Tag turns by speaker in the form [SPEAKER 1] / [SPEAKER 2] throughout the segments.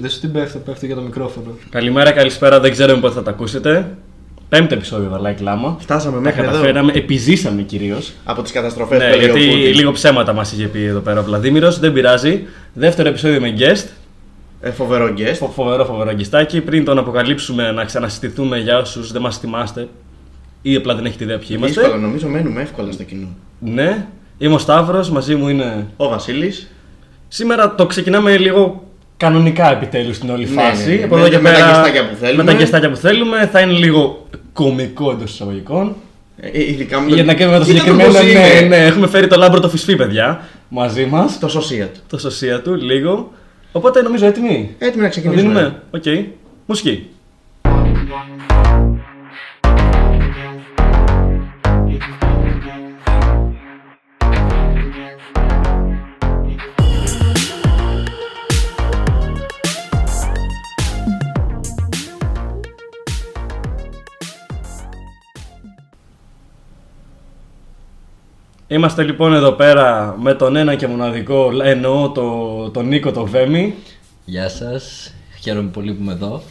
[SPEAKER 1] Δεν σου την πέφτω, πέφτω για το μικρόφωνο.
[SPEAKER 2] Καλημέρα, καλησπέρα. Δεν ξέρουμε πότε θα τα ακούσετε. Πέμπτο επεισόδιο Βαλάι Κλάμα.
[SPEAKER 3] Φτάσαμε
[SPEAKER 2] Τα
[SPEAKER 3] μέχρι εδώ.
[SPEAKER 2] καταφέραμε, επιζήσαμε κυρίως.
[SPEAKER 3] Από τις καταστροφές
[SPEAKER 2] Ναι, γιατί λίγο ψέματα μας είχε πει εδώ πέρα ο Βλαδίμηρος. Δεν πειράζει. Δεύτερο επεισόδιο με guest.
[SPEAKER 3] Ε, φοβερό guest.
[SPEAKER 2] Φο- Φοβερό, φοβερό γκιστάκι. Πριν τον αποκαλύψουμε, να ξανασυστηθούμε για όσους δεν μας θυμάστε ή απλά δεν έχετε ιδέα ποιοι είμαστε.
[SPEAKER 3] Δύσκολα, νομίζω μένουμε εύκολα στο κοινό.
[SPEAKER 2] Ναι, είμαι ο Σταύρος, μαζί μου είναι.
[SPEAKER 3] Ο Βασίλης.
[SPEAKER 2] Σήμερα το ξεκινάμε λίγο κανονικά επιτέλους στην όλη
[SPEAKER 3] Ναι, ναι,
[SPEAKER 2] φάση.
[SPEAKER 3] ναι. Με- με τα γεστάκια που θέλουμε.
[SPEAKER 2] Με τα γεστάκια που θέλουμε. Θα είναι λίγο κωμικό εντός εισαγωγικών.
[SPEAKER 3] Ε, Ειδικά με
[SPEAKER 2] Για να κάνουμε το συγκεκριμένο.
[SPEAKER 3] Ναι,
[SPEAKER 2] Ναι, ναι, έχουμε φέρει το λάμπρο το φυσφή, παιδιά, μαζί μας.
[SPEAKER 3] Το σωσία του.
[SPEAKER 2] Το σωσία του, λίγο. Οπότε νομίζω έτοιμοι.
[SPEAKER 3] Έτοιμοι να
[SPEAKER 2] Το
[SPEAKER 3] ξεκινήσουμε.
[SPEAKER 2] δίνουμε. Οκ. Μουσική. Είμαστε λοιπόν εδώ πέρα με τον ένα και μοναδικό, εννοώ το, τον Νίκο το Βέμι.
[SPEAKER 4] Γεια σας. Χαίρομαι πολύ που είμαι εδώ.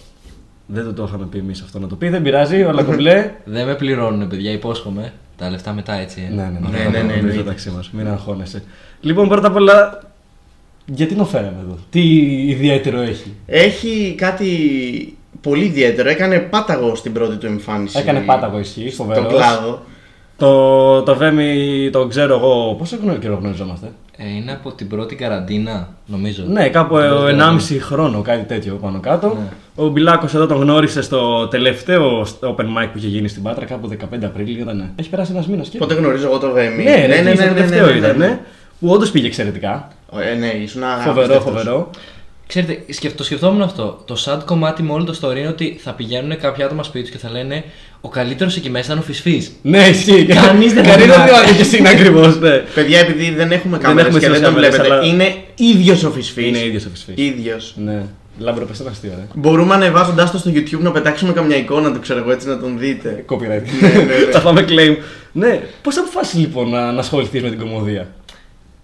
[SPEAKER 2] Δεν το, το είχαμε πει εμείς αυτό να το πει, δεν πειράζει, όλα κομπλέ.
[SPEAKER 4] Δεν με πληρώνουν, παιδιά, υπόσχομαι. Τα λεφτά μετά, έτσι. ε.
[SPEAKER 2] ναι, ναι,
[SPEAKER 3] Ναι,
[SPEAKER 2] ναι,
[SPEAKER 3] ναι, ναι,
[SPEAKER 2] ναι,
[SPEAKER 3] ναι.
[SPEAKER 2] μεταξύ μας. Μην αγχώνεσαι. Λοιπόν, πρώτα απ' όλα, γιατί τον φέραμε εδώ, τι ιδιαίτερο έχει.
[SPEAKER 3] Έχει κάτι πολύ ιδιαίτερο. Έκανε πάταγο στην πρώτη του εμφάνιση.
[SPEAKER 2] Έκανε πάταγο ισχύ,
[SPEAKER 3] Τον
[SPEAKER 2] φοβερό.
[SPEAKER 3] κλάδο.
[SPEAKER 2] Το, το Βέμι, το ξέρω εγώ. Πόσο γνω- καιρό γνωριζόμαστε.
[SPEAKER 4] Ε, είναι από την πρώτη καραντίνα, νομίζω.
[SPEAKER 2] Ναι, κάπου ε,
[SPEAKER 4] Την πρώτη
[SPEAKER 2] 1,5 χρόνο, κάτι τέτοιο πάνω κάτω.
[SPEAKER 4] Ναι.
[SPEAKER 2] Ο Μπιλάκος εδώ τον γνώρισε στο τελευταίο open mic που είχε γίνει στην Πάτρα, κάπου 15 Απριλίου ήταν. Έχει περάσει ένας μήνας και.
[SPEAKER 3] Πότε γνωρίζω εγώ το Βέμι.
[SPEAKER 2] Ναι, ναι, ναι, ναι,
[SPEAKER 3] ναι,
[SPEAKER 2] τελευταίο
[SPEAKER 3] ναι, ναι.
[SPEAKER 2] ήταν. ναι, Που όντως πήγε εξαιρετικά.
[SPEAKER 3] Ε, ναι, ήσουν
[SPEAKER 2] Φοβερό, φοβερό.
[SPEAKER 4] Ξέρετε, σκεφ- το σκεφτόμουν αυτό. Το sad κομμάτι με όλο το story είναι ότι θα πηγαίνουν κάποια άτομα σπίτι τους και θα λένε Ο καλύτερος εκεί μέσα ήταν ο Φυσφής.
[SPEAKER 2] Ναι, ισχύει.
[SPEAKER 4] Κανείς δεν
[SPEAKER 2] Κανείς
[SPEAKER 4] μιλάει.
[SPEAKER 2] μιλάει και εσύ είναι ακριβώς. Ναι.
[SPEAKER 3] Παιδιά, επειδή δεν έχουμε
[SPEAKER 2] Δεν
[SPEAKER 3] κάμερες
[SPEAKER 2] έχουμε
[SPEAKER 3] και δεν τον
[SPEAKER 2] κάμερες,
[SPEAKER 3] βλέπετε,
[SPEAKER 2] αλλά-
[SPEAKER 3] είναι ίδιος ο Φυσφής.
[SPEAKER 2] Είναι ίδιος ο Φυσφής.
[SPEAKER 3] Ίδιος.
[SPEAKER 2] ναι. Λάμπρο, πες ένα αστείο, ρε.
[SPEAKER 3] Μπορούμε ανεβάζοντάς το στο YouTube να πετάξουμε καμιά εικόνα του, ξέρω εγώ, έτσι να τον δείτε.
[SPEAKER 2] Ε, Copyright.
[SPEAKER 3] Ναι, ναι, ναι.
[SPEAKER 2] Θα πάμε claim. Ναι, πώς αποφάσισε λοιπόν να, να ασχοληθείς με την κομμωδία.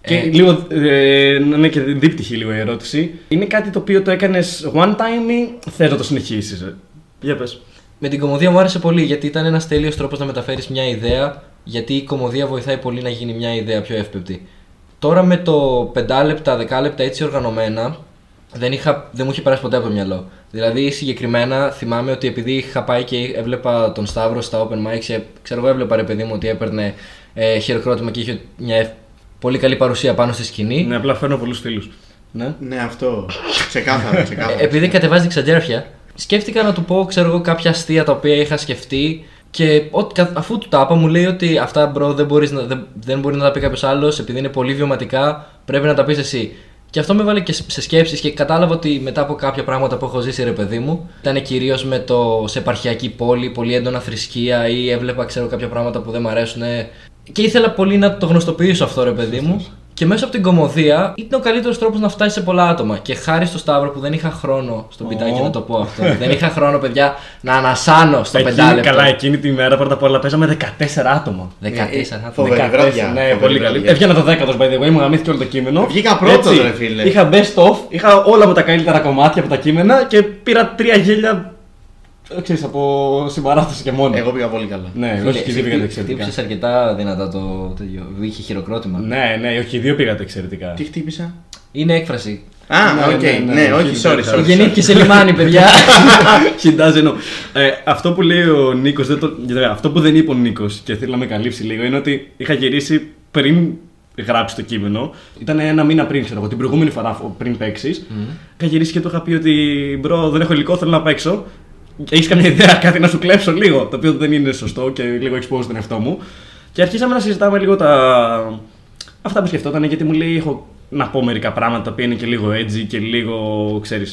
[SPEAKER 4] Ε.
[SPEAKER 2] Και λίγο, ε, ναι, και δίπτυχη λίγο η ερώτηση. Είναι κάτι το οποίο το έκανες one time ή θες να το ε? συνεχίσει. Για πες.
[SPEAKER 4] Με την κομμωδία μου άρεσε πολύ γιατί ήταν ένας τέλειος τρόπος να μεταφέρεις μια ιδέα. Γιατί η κομμωδία βοηθάει πολύ να γίνει μια ιδέα πιο εύπεπτη. Τώρα με το 5 λεπτά, 10 λεπτά έτσι οργανωμένα, δεν, είχα, δεν μου είχε περάσει ποτέ από το μυαλό. Δηλαδή συγκεκριμένα θυμάμαι ότι επειδή είχα πάει και έβλεπα τον Σταύρο στα open mics, ε, ξέρω εγώ έβλεπα ρε παιδί μου ότι έπαιρνε ε, χειροκρότημα και είχε μια ευ- πολύ καλή παρουσία πάνω στη σκηνή.
[SPEAKER 2] Ναι, απλά φέρνω πολλούς φίλους. Ναι.
[SPEAKER 3] Ναι, αυτό. Ξεκάθαρα, ξεκάθαρα.
[SPEAKER 4] Ε, επειδή κατεβάζει ξαντέρφια, σκέφτηκα να του πω, ξέρω εγώ, κάποια αστεία τα οποία είχα σκεφτεί και ό, κα- αφού του τα είπα, μου λέει ότι αυτά μπρο δεν, μπορείς να, δεν, δεν μπορεί να τα πει κάποιος άλλος, επειδή είναι πολύ βιωματικά, πρέπει να τα πεις εσύ. Και αυτό με βάλε και σε σκέψεις και κατάλαβα ότι μετά από κάποια πράγματα που έχω ζήσει, ρε παιδί μου, ήταν κυρίως με το σε επαρχιακή πόλη, πολύ έντονα θρησκεία ή έβλεπα, ξέρω, κάποια πράγματα που δεν μου αρέσουν. Και ήθελα πολύ να το γνωστοποιήσω αυτό, ρε παιδί μου. Και μέσα από την κομμωδία ήταν ο καλύτερος τρόπος να φτάσει σε πολλά άτομα. Και χάρη στο Σταύρο που δεν είχα χρόνο στον πιτάκι
[SPEAKER 2] Ω.
[SPEAKER 4] να το πω αυτό. δεν είχα χρόνο, παιδιά, να ανασάνω στο
[SPEAKER 2] Εκείνη,
[SPEAKER 4] πεντάλεπτο.
[SPEAKER 2] καλά, εκείνη τη μέρα πρώτα απ' όλα παίζαμε 14 άτομα.
[SPEAKER 4] 14
[SPEAKER 3] Ε,
[SPEAKER 4] άτομα.
[SPEAKER 3] φοβερό. Φοβερή
[SPEAKER 2] 14,
[SPEAKER 3] βραδιά,
[SPEAKER 2] Ναι,
[SPEAKER 3] φοβερή
[SPEAKER 2] πολύ
[SPEAKER 3] βραδιά.
[SPEAKER 2] καλή. Έβγαινα το 10ο by the way, μου γαμήθηκε όλο το κείμενο.
[SPEAKER 3] Βγήκα πρώτος, ρε φίλε.
[SPEAKER 2] Είχα best of, είχα όλα μου τα καλύτερα κομμάτια από τα κείμενα και πήρα τρία γέλια. ε, Ξέρεις, από συμπαράσταση και μόνο.
[SPEAKER 3] Εγώ πήγα πολύ καλά.
[SPEAKER 2] Ναι,
[SPEAKER 4] Φίλε,
[SPEAKER 2] όχι και οι δύο πήγατε
[SPEAKER 4] χτύ-
[SPEAKER 2] εξαιρετικά.
[SPEAKER 4] Ε, χτύπησες αρκετά δυνατά το τέτοιο. Είχε χειροκρότημα.
[SPEAKER 2] Ναι, ναι, όχι, οι δύο πήγατε εξαιρετικά.
[SPEAKER 3] Τι χτύπησα.
[SPEAKER 4] Είναι έκφραση.
[SPEAKER 3] Α,
[SPEAKER 2] Ναι,
[SPEAKER 3] οκ,
[SPEAKER 2] ναι, ναι,
[SPEAKER 3] ναι,
[SPEAKER 2] ναι,
[SPEAKER 3] όχι,
[SPEAKER 2] όχι,
[SPEAKER 3] sorry,
[SPEAKER 2] εντάξει.
[SPEAKER 3] sorry, sorry.
[SPEAKER 4] Γεννήθηκε σε λιμάνι, παιδιά.
[SPEAKER 2] Χιντάζει εννοώ. Ε, αυτό που λέει ο Νίκος, αυτό που δεν είπε ο Νίκος και θέλω να με καλύψει λίγο είναι ότι είχα γυρίσει πριν γράψει το κείμενο. Ήταν ένα μήνα πριν, ξέρω εγώ, την προηγούμενη φορά φο- πριν παίξεις. Είχα γυρίσει και του είχα πει ότι μπρο, δεν έχω υλικό, θέλω να παίξω. Έχεις καμιά ιδέα κάτι να σου κλέψω λίγο, το οποίο δεν είναι σωστό και λίγο expose τον εαυτό μου. Και αρχίσαμε να συζητάμε λίγο τα, Αυτά που σκεφτόταν γιατί μου λέει: Έχω να πω μερικά πράγματα τα οποία είναι και λίγο έτσι και λίγο, ξέρει,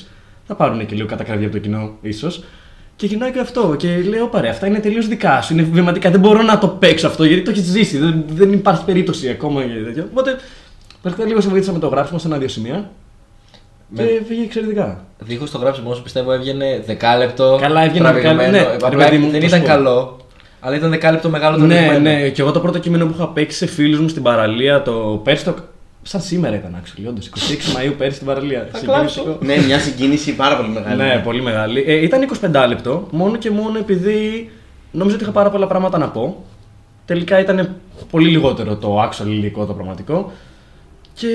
[SPEAKER 2] θα πάρουν και λίγο κατακραυγή από το κοινό, ίσως. Και γυρνάει και αυτό και λέω: Παρέ, αυτά είναι τελείως δικά σου. Είναι βηματικά. Δεν μπορώ να το παίξω αυτό γιατί το έχεις ζήσει. Δεν, δεν υπάρχει περίπτωση ακόμα για τέτοιο. Οπότε πρακτικά λίγο σε βοήθησα με το γράψιμο σε ένα-δύο σημεία. Και φύγε εξαιρετικά.
[SPEAKER 4] Δίχως το γράψιμο σου πιστεύω έβγαινε δεκάλεπτο.
[SPEAKER 2] Καλά, έβγαινε
[SPEAKER 4] τραβηγμένο. Ε,
[SPEAKER 2] δεκάλεπτο, ναι,
[SPEAKER 4] Απλά
[SPEAKER 2] ρε παιδί μου,
[SPEAKER 4] δεν
[SPEAKER 2] το
[SPEAKER 4] ήταν
[SPEAKER 2] σου πω.
[SPEAKER 4] καλό, αλλά ήταν δεκάλεπτο μεγάλο το
[SPEAKER 2] Ναι,
[SPEAKER 4] τραβηγμένο.
[SPEAKER 2] ναι, και εγώ το πρώτο κείμενο που είχα παίξει σε φίλους μου στην παραλία το Πέρστοκ Σαν σήμερα ήταν, actually, όντως, 26 Μαΐου πέρσι στην παραλία.
[SPEAKER 1] Θα
[SPEAKER 2] Συγκινητικό.
[SPEAKER 1] κλάψω.
[SPEAKER 3] ναι, μια συγκίνηση πάρα πολύ μεγάλη.
[SPEAKER 2] Ναι, πολύ μεγάλη. Ε, ήταν 25 λεπτό, μόνο και μόνο επειδή νόμιζα ότι είχα πάρα πολλά πράγματα να πω. Τελικά ήταν πολύ λιγότερο το actual υλικό, το πραγματικό. Και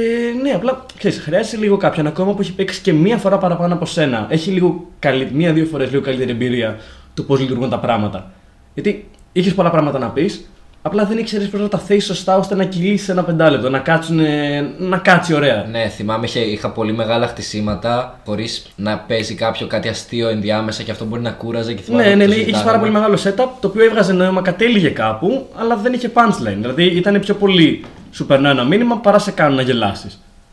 [SPEAKER 2] ναι, απλά ξέρεις, χρειάζεσαι λίγο κάποιον ακόμα που έχει παίξει και μία φορά παραπάνω από σένα. Έχει λίγο καλύ... μία-δύο φορές λίγο καλύτερη εμπειρία του πώς λειτουργούν τα πράγματα. Γιατί είχες πολλά πράγματα να πεις, απλά δεν ήξερες πώς να τα θέσεις σωστά ώστε να κυλήσεις ένα πεντάλεπτο, να, κάτσουνε- να κάτσει ωραία.
[SPEAKER 4] Ναι, θυμάμαι είχε, είχα πολύ μεγάλα χτισήματα χωρίς να παίζει κάποιο κάτι αστείο ενδιάμεσα και αυτό μπορεί να κούραζε και θυμάμαι.
[SPEAKER 2] Ναι, ναι,
[SPEAKER 4] το
[SPEAKER 2] ναι, είχες πάρα
[SPEAKER 4] συζητάγαμε.
[SPEAKER 2] πολύ μεγάλο setup το οποίο έβγαζε νόημα, κατέληγε κάπου, αλλά δεν είχε punchline. Δηλαδή ήταν πιο πολύ σου περνάω ένα μήνυμα παρά σε κάνω να γελάσεις.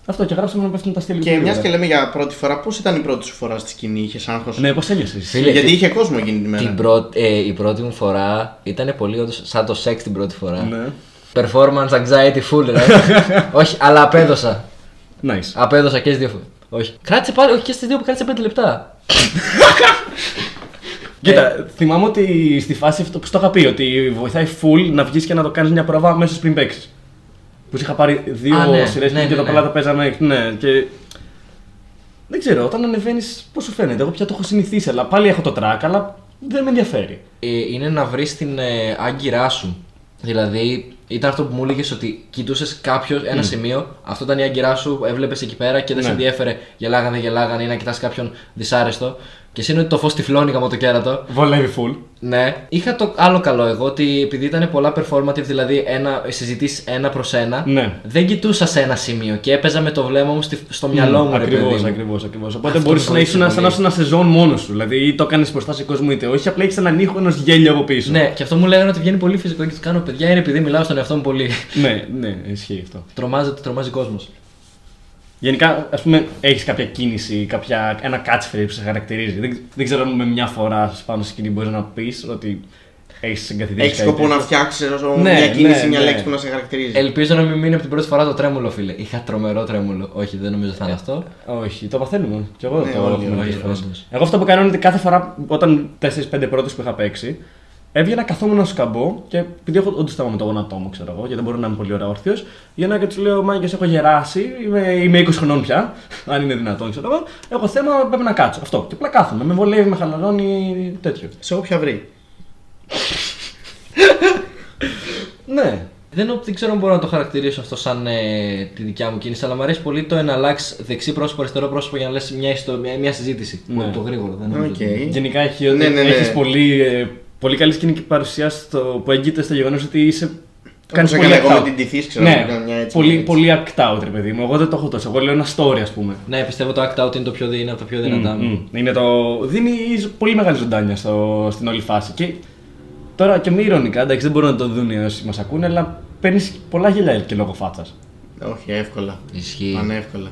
[SPEAKER 2] Αυτό και γράψαμε να πέφτουν τα αστεία λίγο
[SPEAKER 3] Και
[SPEAKER 2] πιο
[SPEAKER 3] μιας και
[SPEAKER 2] γρήγορα.
[SPEAKER 3] λέμε για πρώτη φορά, πώς ήταν η πρώτη σου φορά στη σκηνή, είχες άγχος.
[SPEAKER 2] Ναι, πώς ένιωσε.
[SPEAKER 4] Φίλε,
[SPEAKER 3] Γιατί
[SPEAKER 4] τι-
[SPEAKER 3] είχε κόσμο εκείνη τη μέρα.
[SPEAKER 4] την πρώτη, ε, η πρώτη μου φορά ήταν πολύ όντως σαν το σεξ την πρώτη φορά.
[SPEAKER 2] Ναι.
[SPEAKER 4] Performance anxiety full, ρε. όχι, αλλά απέδωσα.
[SPEAKER 2] Nice.
[SPEAKER 4] Απέδωσα και στις δύο φορές. Όχι. Κράτησε πάλι, όχι και στις δύο που κράτησε 5 λεπτά. ε-
[SPEAKER 2] Κοίτα, θυμάμαι ότι στη φάση αυτό που στο είχα πει, ότι βοηθάει full να βγεις και να το κάνεις μια πρόβα αμέσως πριν παίξεις. Που σου είχα πάρει δύο
[SPEAKER 4] Α, ναι,
[SPEAKER 2] σειρές
[SPEAKER 4] ναι,
[SPEAKER 2] και
[SPEAKER 4] ναι,
[SPEAKER 2] τα
[SPEAKER 4] ναι.
[SPEAKER 2] πολλά τα παίζαμε. Ναι, και. Δεν ξέρω, όταν ανεβαίνεις, πώς σου φαίνεται. Εγώ πια το έχω συνηθίσει, αλλά πάλι έχω το track, αλλά δεν με ενδιαφέρει.
[SPEAKER 4] Ε, είναι να βρεις την ε, άγκυρά σου. Δηλαδή, ήταν αυτό που μου έλεγες ότι κοιτούσες κάποιος ένα σημείο, αυτό ήταν η άγκυρά σου, έβλεπες εκεί πέρα και δεν σε
[SPEAKER 2] Ναι.
[SPEAKER 4] ενδιέφερε γελάγανε, γελάγανε ή να κοιτάς κάποιον δυσάρεστο. Και εσύ είναι ότι το φως τυφλώνει γαμώ το κέρατο.
[SPEAKER 2] Βολεύει full.
[SPEAKER 4] Ναι. Είχα το άλλο καλό εγώ ότι επειδή ήταν πολλά performative, δηλαδή ένα, συζητήσεις ένα προς ένα,
[SPEAKER 2] Ναι.
[SPEAKER 4] δεν κοιτούσα σε ένα σημείο και έπαιζα με το βλέμμα μου στη- στο μυαλό μου. ρε παιδί
[SPEAKER 2] Ακριβώς,
[SPEAKER 4] μου.
[SPEAKER 2] ακριβώς. Ακριβώς. Οπότε
[SPEAKER 4] Αυτό με
[SPEAKER 2] μπορούσε να
[SPEAKER 4] βοήθησε
[SPEAKER 2] ήσουν σαν να
[SPEAKER 4] πολύ.
[SPEAKER 2] ήσουν ένα σεζόν μόνος σου. Δηλαδή ή το έκανες μπροστά σε κόσμο είτε όχι, απλά έχεις έναν ήχο ενός γέλιο από πίσω.
[SPEAKER 4] Ναι, και αυτό μου λέγανε ότι βγαίνει πολύ φυσικό και τους κάνω παιδιά είναι επειδή μιλάω στον εαυτό μου πολύ.
[SPEAKER 2] ναι, ναι, ισχύει αυτό.
[SPEAKER 4] Τρομάζεται, τρομάζει κόσμος.
[SPEAKER 2] Γενικά, ας πούμε, έχεις κάποια κίνηση, κάποια, ένα catchphrase που σε χαρακτηρίζει. Δεν, δεν ξέρω αν με μια φορά ας πάνω σε σκηνή μπορείς να πεις ότι έχεις εγκαθιδρύσει.
[SPEAKER 3] Έχει σκοπό να φτιάξει
[SPEAKER 2] Ναι,
[SPEAKER 3] μια κίνηση,
[SPEAKER 2] ναι,
[SPEAKER 3] μια
[SPEAKER 2] ναι.
[SPEAKER 3] λέξη που να σε χαρακτηρίζει.
[SPEAKER 4] Ελπίζω να μην μείνει από την πρώτη φορά το τρέμουλο, φίλε. Είχα τρομερό τρέμουλο. Όχι, δεν νομίζω
[SPEAKER 2] Ε.
[SPEAKER 4] θα είναι αυτό.
[SPEAKER 2] Όχι, το παθαίνουμε. Κι εγώ
[SPEAKER 3] Ναι,
[SPEAKER 2] το
[SPEAKER 3] όλοι,
[SPEAKER 2] έχω
[SPEAKER 3] όλοι,
[SPEAKER 2] μερικές φορές.
[SPEAKER 4] όντως.
[SPEAKER 2] Εγώ αυτό που κάνω είναι ότι κάθε φορά όταν 4-5 πρώτες που είχα παίξει, έβγαινα καθόμουν να σκαμπώ και επειδή έχω όντως θέμα με το γόνατό μου, ξέρω εγώ, γιατί δεν μπορώ να είμαι πολύ ωραία όρθιος, για και τους λέω: Μάγκες, έχω γεράσει, είμαι, είμαι 20 χρονών πια, αν είναι δυνατόν, ξέρω εγώ. Έχω θέμα, πρέπει να κάτσω. Αυτό. Και απλά κάθομαι. Με βολεύει, με χαλαρώνει τέτοιο.
[SPEAKER 3] Σε όποια βρει.
[SPEAKER 2] Ναι.
[SPEAKER 4] Δεν, νο- δεν ξέρω αν μπορώ να το χαρακτηρίσω αυτό σαν ε, τη δικιά μου κίνηση, αλλά μου αρέσει πολύ το να αλλάξει δεξί πρόσωπο, αριστερό πρόσωπο για να λες μια, ιστο- μια, μια συζήτηση.
[SPEAKER 2] Ναι.
[SPEAKER 4] Το γρήγορο, δεν νομίζω.
[SPEAKER 3] Οκ.
[SPEAKER 4] ότι-
[SPEAKER 2] Γενικά έχει,
[SPEAKER 3] Ναι, ναι, ναι.
[SPEAKER 2] έχεις πολύ, ε, πολύ καλή σκηνική παρουσία στο, που έγκυται στο γεγονός ότι είσαι. Κάνεις
[SPEAKER 3] έκανα εγώ με την τυφής, ξέρω,
[SPEAKER 2] ναι,
[SPEAKER 3] έκανα μια έτσι,
[SPEAKER 2] πολύ,
[SPEAKER 3] έτσι.
[SPEAKER 2] πολύ act out, ρε παιδί μου. Εγώ δεν το έχω τόσο. Εγώ λέω ένα story, ας πούμε.
[SPEAKER 4] Ναι, πιστεύω το act out είναι το πιο, δι- είναι από τα πιο δυνατά μου.
[SPEAKER 2] Μμμ. Είναι το... Δίνει ζ- πολύ μεγάλη ζωντάνια στο... στην όλη φάση. Και τώρα και μη ηρωνικά, εντάξει, δεν μπορούν να το δουν οι όσοι μας ακούνε, αλλά παίρνεις πολλά γελιά και λόγω φάτσας.
[SPEAKER 3] Όχι, εύκολα.
[SPEAKER 4] Ισχύει.
[SPEAKER 3] Πανεύκολα.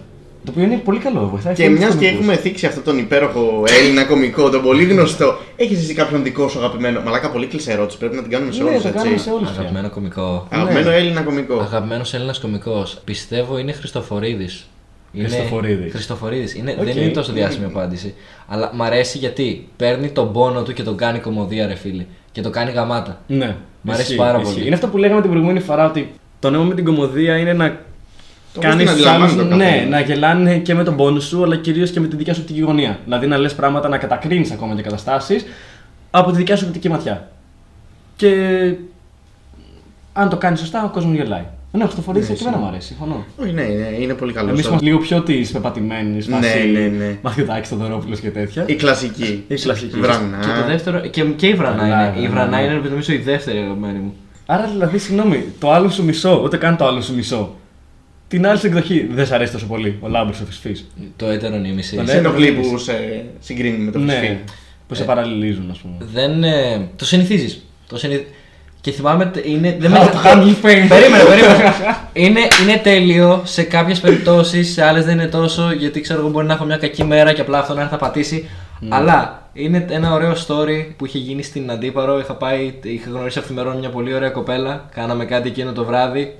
[SPEAKER 2] Το οποίο είναι πολύ καλό, βοηθάει.
[SPEAKER 3] Και
[SPEAKER 2] πολύ
[SPEAKER 3] μιας
[SPEAKER 2] τους
[SPEAKER 3] και
[SPEAKER 2] κωμικούς.
[SPEAKER 3] έχουμε θίξει αυτόν τον υπέροχο Έλληνα κωμικό, τον πολύ γνωστό, έχεις εσύ κάποιον δικό σου αγαπημένο. Μαλάκα, πολύ κλεισέ ερώτηση. Πρέπει να την κάνουμε σε
[SPEAKER 2] Ναι,
[SPEAKER 3] όλους.
[SPEAKER 2] το κάνουμε σε Ναι. όλου.
[SPEAKER 4] Αγαπημένο κωμικό.
[SPEAKER 3] Αγαπημένο Έλληνα κωμικό.
[SPEAKER 4] Αγαπημένος Έλληνας κωμικός. Πιστεύω είναι Χριστοφορίδης.
[SPEAKER 2] Χριστοφορίδης.
[SPEAKER 4] Χριστοφορίδης. Είναι...
[SPEAKER 2] Οκ.
[SPEAKER 4] Δεν είναι τόσο διάσημη απάντηση. Αλλά μ' αρέσει γιατί παίρνει τον πόνο του και τον κάνει κομμωδία, ρε φίλε. Και το κάνει γαμάτα.
[SPEAKER 2] Ναι.
[SPEAKER 4] Μ' αρέσει
[SPEAKER 2] Ισχύει,
[SPEAKER 4] πάρα
[SPEAKER 2] ισχύει.
[SPEAKER 4] πολύ.
[SPEAKER 2] Είναι αυτό που λέγαμε την προηγούμενη φορά ότι το νέο με την κομμωδία είναι να
[SPEAKER 3] Το πώς
[SPEAKER 2] κάνει
[SPEAKER 3] την αντιλαμβάνεται ο
[SPEAKER 2] ναι,
[SPEAKER 3] καθένας.
[SPEAKER 2] να γελάνε και με τον πόνο σου, αλλά κυρίως και με τη δικιά σου οπτική γωνία. Δηλαδή να λες πράγματα, να κατακρίνεις ακόμα και καταστάσεις από τη δικιά σου οπτική ματιά. Και αν το κάνεις σωστά, ο κόσμος γελάει. Ναι, αυτό φορεί και εμένα μου αρέσει, συμφωνώ.
[SPEAKER 3] Όχι, ναι, ναι, είναι πολύ καλό.
[SPEAKER 2] Εμείς είμαστε λίγο πιο τη πεπατημένη
[SPEAKER 3] Ναι,
[SPEAKER 2] φάση.
[SPEAKER 3] ναι, ναι.
[SPEAKER 2] Μαθιουδάκη, Θοδωρόπουλος και τέτοια.
[SPEAKER 3] Η κλασική.
[SPEAKER 2] Η κλασική.
[SPEAKER 4] Και το
[SPEAKER 3] Βρανά.
[SPEAKER 4] δεύτερο. Και, και η Βρανά
[SPEAKER 2] Βρανά,
[SPEAKER 4] είναι. Η
[SPEAKER 2] Βρανά,
[SPEAKER 4] Βρανά
[SPEAKER 2] ναι.
[SPEAKER 4] είναι νομίζω η δεύτερη αγαπημένη μου.
[SPEAKER 2] Άρα δηλαδή, συγγνώμη, το άλλο σου μισό, ούτε καν το άλλο σου μισό. Την άλλη σου εκδοχή δεν σε αρέσει τόσο πολύ ο Λάμπρος ο Φυσφής.
[SPEAKER 4] Το έτερο νήμιση.
[SPEAKER 2] Το
[SPEAKER 3] Σε ενοχλεί που σε συγκρίνει με το φυσικό.
[SPEAKER 2] Ναι, που σε παραλληλίζουν, ας πούμε.
[SPEAKER 4] Δεν. ε, το συνηθίζεις. Το συνηθ... Και θυμάμαι. τε- Είναι, δεν
[SPEAKER 2] How to handle pain.
[SPEAKER 4] περίμενε, περίμενε. είναι, είναι τέλειο σε κάποιες περιπτώσεις, σε άλλες δεν είναι τόσο. Γιατί ξέρω εγώ μπορεί να έχω μια κακή μέρα και απλά αυτό να έρθει να πατήσει. Αλλά είναι ένα ωραίο story που είχε γίνει στην Αντίπαρο. Είχα, πάει, είχα γνωρίσει αυθημερών μια πολύ ωραία κοπέλα. Κάναμε κάτι εκείνο το βράδυ.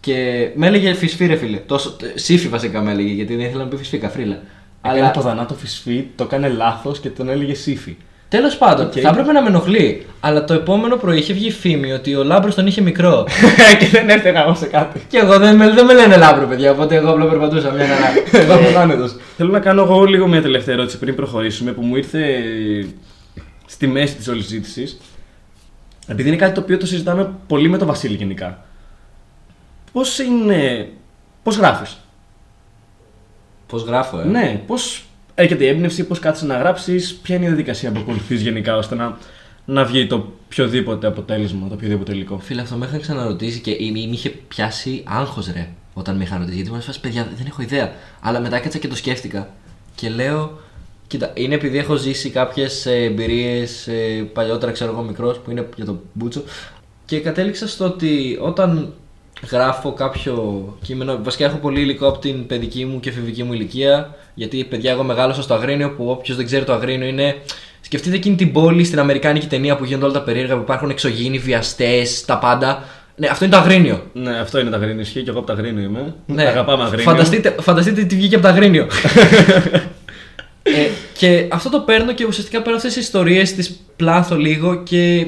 [SPEAKER 4] Και με έλεγε φυσφή, ρε φίλε. Τόσο, σύφη βασικά με έλεγε, γιατί δεν ήθελα να πει φυσφή, καφρίλα.
[SPEAKER 2] Αλλά... Έκανε το δανάτο φυσφή, το έκανε λάθος και τον έλεγε σύφη.
[SPEAKER 4] Τέλος πάντων,
[SPEAKER 2] Οκ.
[SPEAKER 4] θα έπρεπε να με ενοχλεί. Αλλά το επόμενο πρωί είχε βγει η φήμη ότι ο Λάμπρος τον είχε μικρό.
[SPEAKER 2] και δεν έφταιγα εγώ σε κάτι.
[SPEAKER 4] και εγώ δεν με, δεν με λένε Λάμπρο, παιδιά. Οπότε εγώ απλά περπατούσα μια χαρά.
[SPEAKER 2] Θα ήμουν άνετος. Ε. Θέλω να κάνω εγώ λίγο μια τελευταία ερώτηση πριν προχωρήσουμε που μου ήρθε στη μέση της όλης συζήτηση. Επειδή είναι κάτι το οποίο το συζητάμε πολύ με τον Βασίλη γενικά. Πώς είναι. Πώς γράφεις.
[SPEAKER 4] Πώς γράφω, ε.
[SPEAKER 2] Ναι, πώς έρχεται η έμπνευση, πώς κάθεσαι να γράψεις, ποια είναι η διαδικασία που ακολουθείς γενικά ώστε να, να βγει το οποιοδήποτε αποτέλεσμα, το οποιοδήποτε υλικό.
[SPEAKER 4] Φίλε, αυτό με είχαν ξαναρωτήσει και ή- ή- με είχε πιάσει άγχος ρε όταν με είχαν ρωτήσει. Γιατί μου έφυγε παιδιά, δεν έχω ιδέα. Αλλά μετά κάτσα και το σκέφτηκα και λέω. Κοίτα, είναι επειδή έχω ζήσει κάποιες εμπειρίες ε, παλιότερα, ξέρω εγώ, μικρός που είναι για τον Μπούτσο. Και κατέληξα στο ότι όταν γράφω κάποιο κείμενο. Βασικά έχω πολύ υλικό από την παιδική μου και εφηβική μου ηλικία. Γιατί παιδιά, εγώ μεγάλωσα στο Αγρίνιο που όποιος δεν ξέρει το Αγρίνιο είναι. Σκεφτείτε εκείνη την πόλη στην Αμερικάνικη ταινία που γίνονται όλα τα περίεργα, που υπάρχουν εξωγήινοι, βιαστές, τα πάντα. Ναι, αυτό είναι το Αγρίνιο.
[SPEAKER 2] Ναι, αυτό είναι τα γρήγορα ισχύει και εγώ από τα γρήγορα είμαι.
[SPEAKER 4] Ναι.
[SPEAKER 2] Τα αγαπάμε αγρίνιο.
[SPEAKER 4] Φανταστείτε, φανταστείτε τι βγήκε από τα Αγρίνιο. ε, και αυτό το παίρνω και ουσιαστικά παίρνω αυτές τις ιστορίες, τις πλάθω λίγο και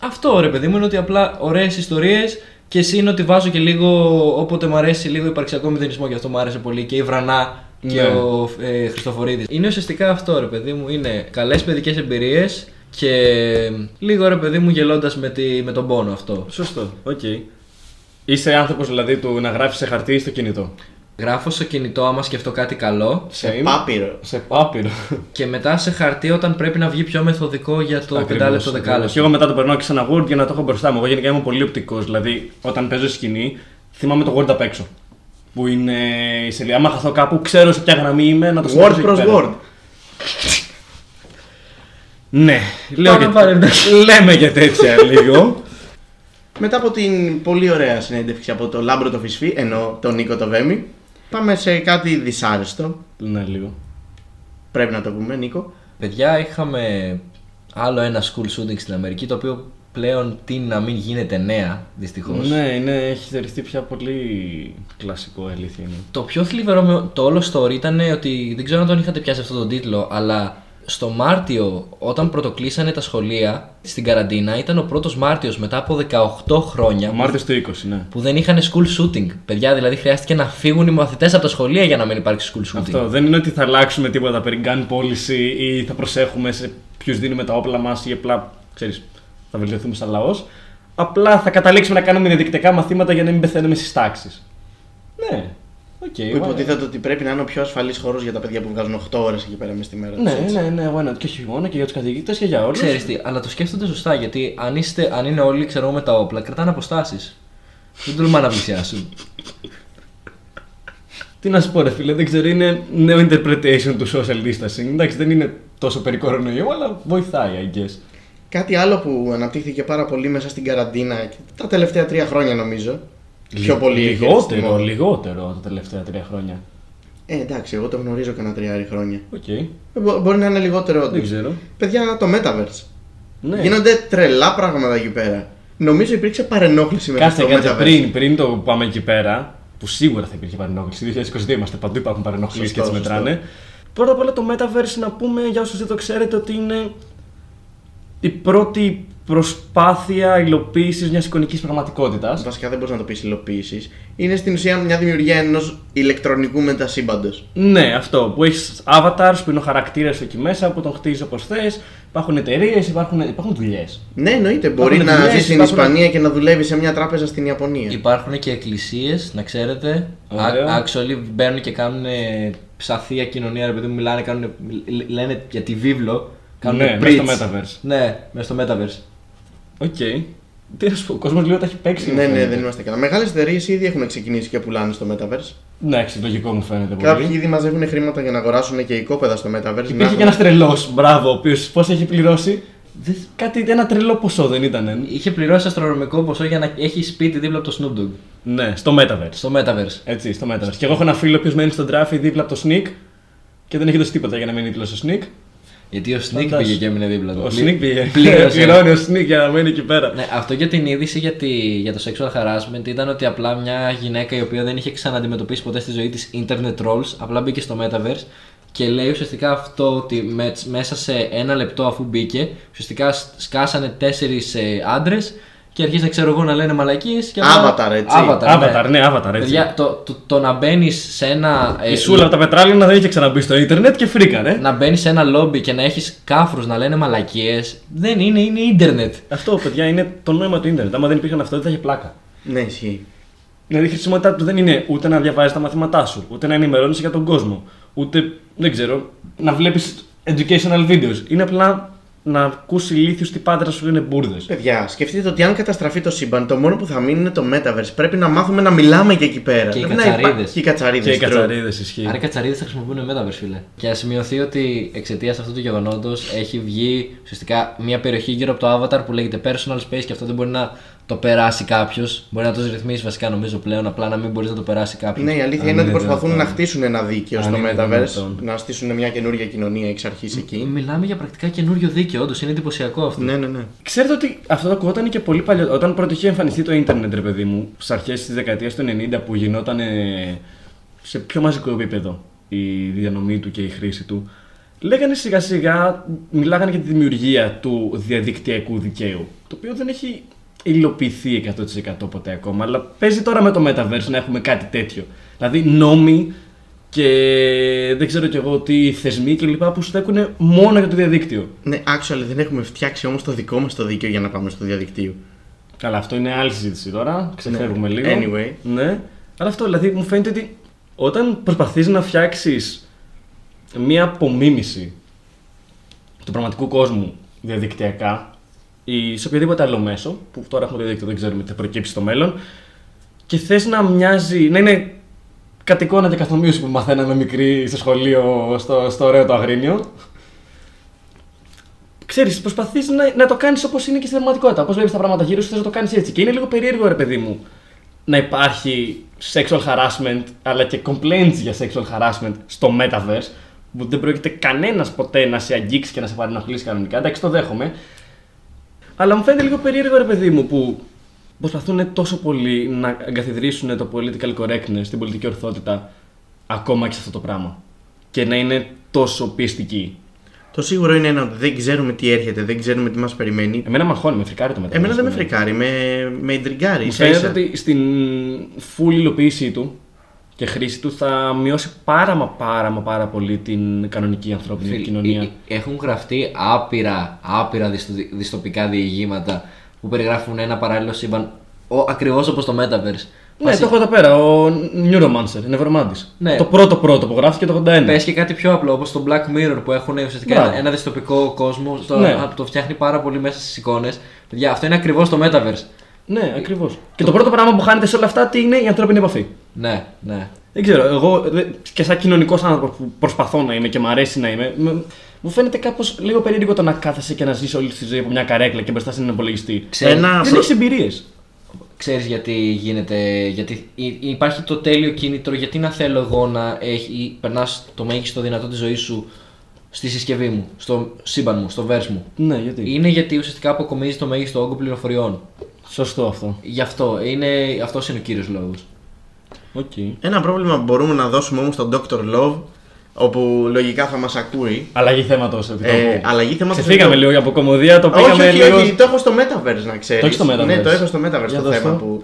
[SPEAKER 4] αυτό ρε παιδί μου είναι ότι απλά ωραίες ιστορίες και εσύ είναι ότι βάζω και λίγο όποτε μου αρέσει λίγο υπαρξιακό μηδενισμό και αυτό μου άρεσε πολύ και η Βρανά και
[SPEAKER 2] Ναι.
[SPEAKER 4] ο ε, Χριστοφορίδης. Είναι ουσιαστικά αυτό ρε παιδί μου, είναι καλές παιδικές εμπειρίες και λίγο ρε παιδί μου γελώντας με, τη, με τον πόνο αυτό.
[SPEAKER 2] Σωστό, οκ. Είσαι άνθρωπος δηλαδή του να γράφεις σε χαρτί ή στο κινητό.
[SPEAKER 4] Γράφω στο κινητό άμα σκεφτώ κάτι καλό
[SPEAKER 3] Σε
[SPEAKER 2] Same.
[SPEAKER 3] πάπυρο.
[SPEAKER 2] Σε πάπυρο.
[SPEAKER 4] Και μετά σε χαρτί όταν πρέπει να βγει πιο μεθοδικό για το 5 λεπτό
[SPEAKER 2] Και
[SPEAKER 4] 10
[SPEAKER 2] εγώ μετά το περνάω και ξανά Word για να το έχω μπροστά μου. Εγώ γενικά είμαι πολύ οπτικός. Δηλαδή, όταν παίζω σκηνή, θυμάμαι το Word απ' έξω. Που είναι η σελίδα. Άμα χαθώ κάπου, ξέρω σε ποια γραμμή είμαι να το
[SPEAKER 3] Word
[SPEAKER 2] σταματήσω
[SPEAKER 3] προς
[SPEAKER 2] εκεί πέρα.
[SPEAKER 3] word.
[SPEAKER 2] Ναι, λέω
[SPEAKER 4] Πάμε
[SPEAKER 2] και...
[SPEAKER 4] παρένθεση.
[SPEAKER 2] λέμε και τέτοια λίγο.
[SPEAKER 3] Μετά από την πολύ ωραία συνέντευξη από το Λάμπρο το Φυσφή, ενώ τον Νίκο το Βέμι, πάμε σε κάτι δυσάρεστο.
[SPEAKER 2] ναι, λίγο.
[SPEAKER 3] Πρέπει να το πούμε, Νίκο.
[SPEAKER 4] Παιδιά είχαμε άλλο ένα school shooting στην Αμερική το οποίο πλέον τίνει να μην γίνεται νέα δυστυχώς
[SPEAKER 2] Ναι, είναι, έχει θεωρηθεί πια πολύ κλασικό η αλήθεια είναι.
[SPEAKER 4] Το πιο θλιβερό με το όλο story ήταν ότι δεν ξέρω αν τον είχατε πιάσει αυτό τον τίτλο, αλλά στο Μάρτιο, όταν πρωτοκλείσανε τα σχολεία στην καραντίνα, ήταν ο πρώτος Μάρτιος μετά από 18 χρόνια
[SPEAKER 2] Ο Μάρτιος του 20, ναι.
[SPEAKER 4] που δεν είχαν school shooting. Παιδιά, δηλαδή χρειάστηκε να φύγουν οι μαθητές από τα σχολεία για να μην υπάρξει school shooting.
[SPEAKER 2] Αυτό δεν είναι ότι θα αλλάξουμε τίποτα περί gun policy ή θα προσέχουμε σε ποιους δίνουμε τα όπλα μας ή απλά ξέρεις, θα βελτιωθούμε σαν λαός. Απλά θα καταλήξουμε να κάνουμε ενδεικτικά μαθήματα για να μην πεθαίνουμε στις τάξεις. Ναι. Οκ.
[SPEAKER 3] Που
[SPEAKER 2] why not.
[SPEAKER 3] υποτίθεται ότι πρέπει να είναι ο πιο ασφαλής χώρος για τα παιδιά που βγάζουν 8 ώρες εκεί πέρα μες στη μέρα τους,
[SPEAKER 2] Ναι,
[SPEAKER 3] έτσι.
[SPEAKER 2] ναι, ναι, why not. Και όχι μόνο και για τους καθηγητές και για όλους.
[SPEAKER 4] Ξέρεις τι, αλλά το σκέφτονται σωστά γιατί αν, είστε, αν είναι όλοι ξέρω, εγώ, με τα όπλα, κρατάνε αποστάσεις. Δεν τολμά να πλησιάσουν.
[SPEAKER 2] Τι να σου πω, ρε φίλε, δεν ξέρω, είναι νέο interpretation του social distancing. Εντάξει, δεν είναι τόσο περί κορονοϊού, αλλά βοηθάει, I guess.
[SPEAKER 3] Κάτι άλλο που αναπτύχθηκε πάρα πολύ μέσα στην καραντίνα και τα τελευταία τρία χρόνια νομίζω. Πιο
[SPEAKER 2] Λι-
[SPEAKER 3] πολύ. έχει έρθει στη
[SPEAKER 2] Λιγότερο,
[SPEAKER 3] μόδα.
[SPEAKER 2] λιγότερο τα τελευταία τρία χρόνια.
[SPEAKER 3] Ε, εντάξει, εγώ το γνωρίζω κανένα τριάρι χρόνια.
[SPEAKER 2] Οκ.
[SPEAKER 3] Ε, μπο- μπορεί να είναι λιγότερο.
[SPEAKER 2] Δεν ξέρω.
[SPEAKER 3] Παιδιά, το Metaverse.
[SPEAKER 2] Ναι.
[SPEAKER 3] Γίνονται τρελά πράγματα εκεί πέρα. Νομίζω υπήρξε παρενόχληση με
[SPEAKER 2] Κάτσε,
[SPEAKER 3] το
[SPEAKER 2] κάτσε,
[SPEAKER 3] Metaverse.
[SPEAKER 2] πριν, πριν το πάμε εκεί πέρα, που σίγουρα θα υπήρχε παρενόχληση. 2022 είμαστε παντού, υπάρχουν παρενόχλησεις και
[SPEAKER 3] Σωστό,
[SPEAKER 2] έτσι
[SPEAKER 3] σωστό.
[SPEAKER 2] μετράνε. Πρώτα απ' όλα το Metaverse να πούμε για όσους δεν το ξέρετε ότι είναι η πρώτη προσπάθεια υλοποίησης μιας εικονικής πραγματικότητας.
[SPEAKER 3] Βασικά δεν μπορείς να το πεις υλοποίησης. Είναι στην ουσία μια δημιουργία ενός ηλεκτρονικού μετασύμπαντος.
[SPEAKER 2] Ναι, αυτό που έχεις avatars που είναι ο χαρακτήρας εκεί μέσα που τον χτίζεις όπως θες. Υπάρχουν εταιρείες, υπάρχουν, υπάρχουν δουλειές.
[SPEAKER 3] Ναι, εννοείται. Μπορεί
[SPEAKER 2] Υπάρχουν
[SPEAKER 3] να
[SPEAKER 2] δουλειές,
[SPEAKER 3] ζεις στην
[SPEAKER 2] υπάρχουν-
[SPEAKER 3] Ισπανία και να δουλεύεις σε μια τράπεζα στην Ιαπωνία.
[SPEAKER 4] Υπάρχουν και εκκλησίες, να ξέρετε.
[SPEAKER 2] Ε. Ωραία.
[SPEAKER 4] Α- Actually μπαίνουν και κάνουν ε, ψαθία κοινωνία, ρε παιδί μου, μιλάνε, κάνουν, λένε για τη βίβλο. Κάνουν
[SPEAKER 2] Ναι, μέσα στο Metaverse.
[SPEAKER 4] Ναι, μέσα στο Metaverse.
[SPEAKER 2] Οκ. Τι να σου πω, ο κόσμος λίγο τα έχει παίξει.
[SPEAKER 3] Ναι,
[SPEAKER 2] μου
[SPEAKER 3] ναι,
[SPEAKER 2] φαίνεται.
[SPEAKER 3] δεν είμαστε καλά. Μεγάλες εταιρείες ήδη έχουν ξεκινήσει και πουλάνε στο Metaverse.
[SPEAKER 2] Ναι, Εντάξει, λογικό μου φαίνεται.
[SPEAKER 3] Κάποιοι
[SPEAKER 2] Πολύ.
[SPEAKER 3] ήδη μαζεύουν χρήματα για να αγοράσουν και οικόπεδα στο Metaverse. να
[SPEAKER 2] Υπήρχε
[SPEAKER 3] έχουν-
[SPEAKER 2] και ένας τρελός, μπράβο, ο οποίος πώς έχει πληρώσει. Δεν- Κάτι, ένα τρελό ποσό δεν ήταν.
[SPEAKER 4] Είχε πληρώσει αστρονομικό ποσό για να έχει σπίτι δίπλα από το Snoop Dogg.
[SPEAKER 2] Ναι, στο Metaverse.
[SPEAKER 4] Στο Metaverse.
[SPEAKER 2] Έτσι, στο Metaverse. Και εγώ έχω ένα φίλο που μένει στον τράφι δίπλα από το Sneak και δεν έχει δώσει τίποτα για να μείνει δίπλα στο Sneak.
[SPEAKER 4] Γιατί ο Sneak
[SPEAKER 2] Φαντάσου.
[SPEAKER 4] πήγε και έμεινε δίπλα του.
[SPEAKER 2] Ο
[SPEAKER 4] Ε, Πλη-
[SPEAKER 2] Sneak πήγε.
[SPEAKER 4] πλήρωσε.
[SPEAKER 2] Πληρώνει ο Sneak για να μένει εκεί πέρα.
[SPEAKER 4] Ναι, αυτό για την είδηση για, τη, για το sexual harassment ήταν ότι απλά μια γυναίκα η οποία δεν είχε ξαναντιμετωπίσει ποτέ στη ζωή της internet trolls απλά μπήκε στο metaverse Και λέει ουσιαστικά αυτό ότι με- μέσα σε ένα λεπτό αφού μπήκε, ουσιαστικά σ- σκάσανε τέσσερις άντρες και αρχίζανε ξέρω εγώ να λένε μαλακίες.
[SPEAKER 3] Avatar, έτσι.
[SPEAKER 4] Avatar, ναι.
[SPEAKER 2] Avatar, ναι, Avatar, έτσι.
[SPEAKER 4] Παιδιά, το, το, το να μπαίνεις σε ένα. ε, Ναι.
[SPEAKER 2] Η σούλα από τα πετράλαινα δεν είχε ξαναμπεί στο ίντερνετ και φρίκαρε.
[SPEAKER 4] να μπαίνεις σε ένα λόμπι και να έχεις κάφρους να λένε μαλακίες. Δεν είναι, είναι ίντερνετ.
[SPEAKER 2] Αυτό, παιδιά, είναι το νόημα του ίντερνετ. Άμα δεν υπήρχαν αυτό, δεν θα είχε πλάκα.
[SPEAKER 3] Ναι, ισχύει.
[SPEAKER 2] Δηλαδή η χρησιμότητά του δεν είναι ούτε να διαβάζει τα μαθήματά σου, ούτε να ενημερώνεσαι για τον κόσμο, ούτε δεν ξέρω, να βλέπεις educational videos. Είναι απλά να ακούσει ηλίθιου τι πάντρα σου είναι μπουρδες.
[SPEAKER 3] Παιδιά, σκεφτείτε ότι αν καταστραφεί το σύμπαν, το μόνο που θα μείνει είναι το metaverse. Πρέπει να μάθουμε να μιλάμε και εκεί πέρα.
[SPEAKER 4] Και οι
[SPEAKER 3] Πρέπει να
[SPEAKER 4] κατσαρίδες.
[SPEAKER 3] υπά- Και οι κατσαρίδες.
[SPEAKER 2] Και οι κατσαρίδες ισχύει.
[SPEAKER 4] Άρα οι κατσαρίδες θα χρησιμοποιούν Metaverse, φίλε. Και να σημειωθεί ότι εξαιτίας αυτού του γεγονότος έχει βγει ουσιαστικά μια περιοχή γύρω από το Avatar που λέγεται Personal Space και αυτό δεν μπορεί να το περάσει κάποιος. Μπορεί να το ρυθμίσεις βασικά νομίζω πλέον, απλά να μην μπορείς να το περάσει κάποιο.
[SPEAKER 3] Ναι, η αλήθεια είναι ότι προσπαθούν να χτίσουν ένα δίκαιο
[SPEAKER 2] Αν
[SPEAKER 3] στο
[SPEAKER 2] είναι
[SPEAKER 3] Metaverse,
[SPEAKER 2] δυνατόν.
[SPEAKER 3] να στήσουν μια καινούργια κοινωνία εξ αρχής εκεί.
[SPEAKER 4] Ε, Μιλάμε για πρακτικά καινούριο δίκαιο, όντως είναι εντυπωσιακό αυτό.
[SPEAKER 3] Ναι, ναι, ναι.
[SPEAKER 2] Ξέρετε ότι αυτό το ακουγόταν και πολύ παλιό. Όταν πρώτο είχε εμφανιστεί το ίντερνετ, ρε παιδί μου, στις αρχές της δεκαετίας του 90 που γινόταν ε, σε πιο μαζικό επίπεδο η διανομή του και η χρήση του, λέγανε σιγά σιγά, μιλάγανε για τη δημιουργία του διαδικτυακού δικαίου. Το οποίο δεν έχει υλοποιηθεί 100% ποτέ ακόμα, αλλά παίζει τώρα με το Metaverse να έχουμε κάτι τέτοιο. Δηλαδή νόμοι και δεν ξέρω κι εγώ τι θεσμοί κλπ. που στέκουν μόνο για το διαδίκτυο.
[SPEAKER 3] Ναι, actually δεν έχουμε φτιάξει όμως το δικό μας το δίκαιο για να πάμε στο διαδικτύο.
[SPEAKER 2] Καλά, αυτό είναι άλλη συζήτηση τώρα. Ξεφεύγουμε
[SPEAKER 3] Ναι.
[SPEAKER 2] λίγο.
[SPEAKER 3] Anyway.
[SPEAKER 2] Ναι. Αλλά αυτό δηλαδή μου φαίνεται ότι όταν προσπαθείς να φτιάξεις μία απομίμηση του πραγματικού κόσμου διαδικτυακά ή σε οποιοδήποτε άλλο μέσο, που τώρα έχουμε το δίκτυο, δεν ξέρουμε τι θα προκύψει στο μέλλον, και θες να μοιάζει, να είναι κατ' εικόνα και καθομοίωση που μαθαίναμε μικρή στο σχολείο, στο, στο ωραίο το Αγρίνιο. Ξέρεις, προσπαθείς να, να το κάνεις όπως είναι και στην πραγματικότητα. Όπως βλέπεις τα πράγματα γύρω σου, θες να το κάνεις έτσι. Και είναι λίγο περίεργο, ρε παιδί μου, να υπάρχει sexual harassment, αλλά και complaints για sexual harassment στο metaverse, που δεν πρόκειται κανένας ποτέ να σε αγγίξει και να σε παρενοχλήσει κανονικά. Εντάξει, το δέχομαι. Αλλά μου φαίνεται λίγο περίεργο, ρε παιδί μου, που προσπαθούν τόσο πολύ να εγκαθιδρύσουν το political correctness, την πολιτική ορθότητα, ακόμα και σε αυτό το πράγμα. Και να είναι τόσο πιστική.
[SPEAKER 3] Το σίγουρο είναι ένα ότι δεν ξέρουμε τι έρχεται, δεν ξέρουμε τι μας περιμένει.
[SPEAKER 2] Εμένα μαχώνει, με φρικάρει το μετά.
[SPEAKER 3] Εμένα δεν με φρικάρει, με, με ιντριγκάρει.
[SPEAKER 2] Μου
[SPEAKER 3] ίσα-
[SPEAKER 2] φαίνεται
[SPEAKER 3] ίσα.
[SPEAKER 2] ότι στην full υλοποίησή του και χρήση του θα μειώσει πάρα μα πάρα μα πάρα πολύ την κανονική ανθρώπινη
[SPEAKER 4] Φίλε, ε-
[SPEAKER 2] κοινωνία.
[SPEAKER 4] ε- Έχουν γραφτεί άπειρα, άπειρα δυστο- δυστοπικά διηγήματα που περιγράφουν ένα παράλληλο σύμπαν ακριβώς όπως το Metaverse.
[SPEAKER 2] Ναι, το έχω εδώ πέρα. Ο Neuromancer, νευρομάντης.
[SPEAKER 4] Ναι.
[SPEAKER 2] Το πρώτο πρώτο που γράφτηκε το 81.
[SPEAKER 4] Πες και κάτι πιο απλό, όπως το Black Mirror που έχουν ουσιαστικά
[SPEAKER 2] Μπράβο.
[SPEAKER 4] ένα, ένα δυστοπικό κόσμο στο,
[SPEAKER 2] Ναι.
[SPEAKER 4] α, που το φτιάχνει πάρα πολύ μέσα στις εικόνες. Παιδιά, αυτό είναι ακριβώς το Metaverse.
[SPEAKER 2] Ναι,
[SPEAKER 4] Ε,
[SPEAKER 2] ακριβώς. Και το πρώτο πράγμα που χάνεται σε όλα αυτά τι είναι η ανθρώπινη επαφή.
[SPEAKER 4] Ναι, ναι.
[SPEAKER 2] Δεν ξέρω, εγώ δε- και σαν κοινωνικός άνθρωπος που προσπαθώ να είμαι και μου αρέσει να είμαι, με- μου φαίνεται κάπως λίγο περίεργο το να κάθεσαι και να ζεις όλη τη ζωή από μια καρέκλα και μπροστά σε έναν υπολογιστή. Ε,
[SPEAKER 4] Ξέρεις-
[SPEAKER 3] Ένα
[SPEAKER 2] Δεν
[SPEAKER 3] προ-
[SPEAKER 2] έχεις εμπειρίες.
[SPEAKER 4] Ξέρεις γιατί γίνεται, γιατί υ- υπάρχει το τέλειο κίνητρο, γιατί να θέλω εγώ να έχει, περνάς το μέγιστο δυνατό της ζωής σου στη συσκευή μου, στο σύμπαν μου, στο verse μου.
[SPEAKER 2] Ναι, γιατί.
[SPEAKER 4] Είναι γιατί ουσιαστικά αποκομίζεις το μέγιστο όγκο πληροφοριών.
[SPEAKER 2] Σωστό αυτό.
[SPEAKER 4] Γι' αυτό, είναι, αυτός είναι ο κύριος λόγος.
[SPEAKER 2] Οκ.
[SPEAKER 3] Ένα πρόβλημα που μπορούμε να δώσουμε όμως στον Dr. Love, όπου λογικά θα μας ακούει.
[SPEAKER 2] Αλλαγή θέματος.
[SPEAKER 3] Ε, αλλαγή θέματος.
[SPEAKER 2] Ξεφύγαμε λίγο από κομμωδία, το
[SPEAKER 3] Όχι,
[SPEAKER 2] πήγαμε
[SPEAKER 3] όχι,
[SPEAKER 2] λίγο.
[SPEAKER 3] όχι, το έχω στο Metaverse να ξέρεις.
[SPEAKER 2] Το έχεις στο Metaverse.
[SPEAKER 3] Ναι, το έχω στο Metaverse
[SPEAKER 2] Για
[SPEAKER 3] το
[SPEAKER 2] δώσ' το.
[SPEAKER 3] θέμα που...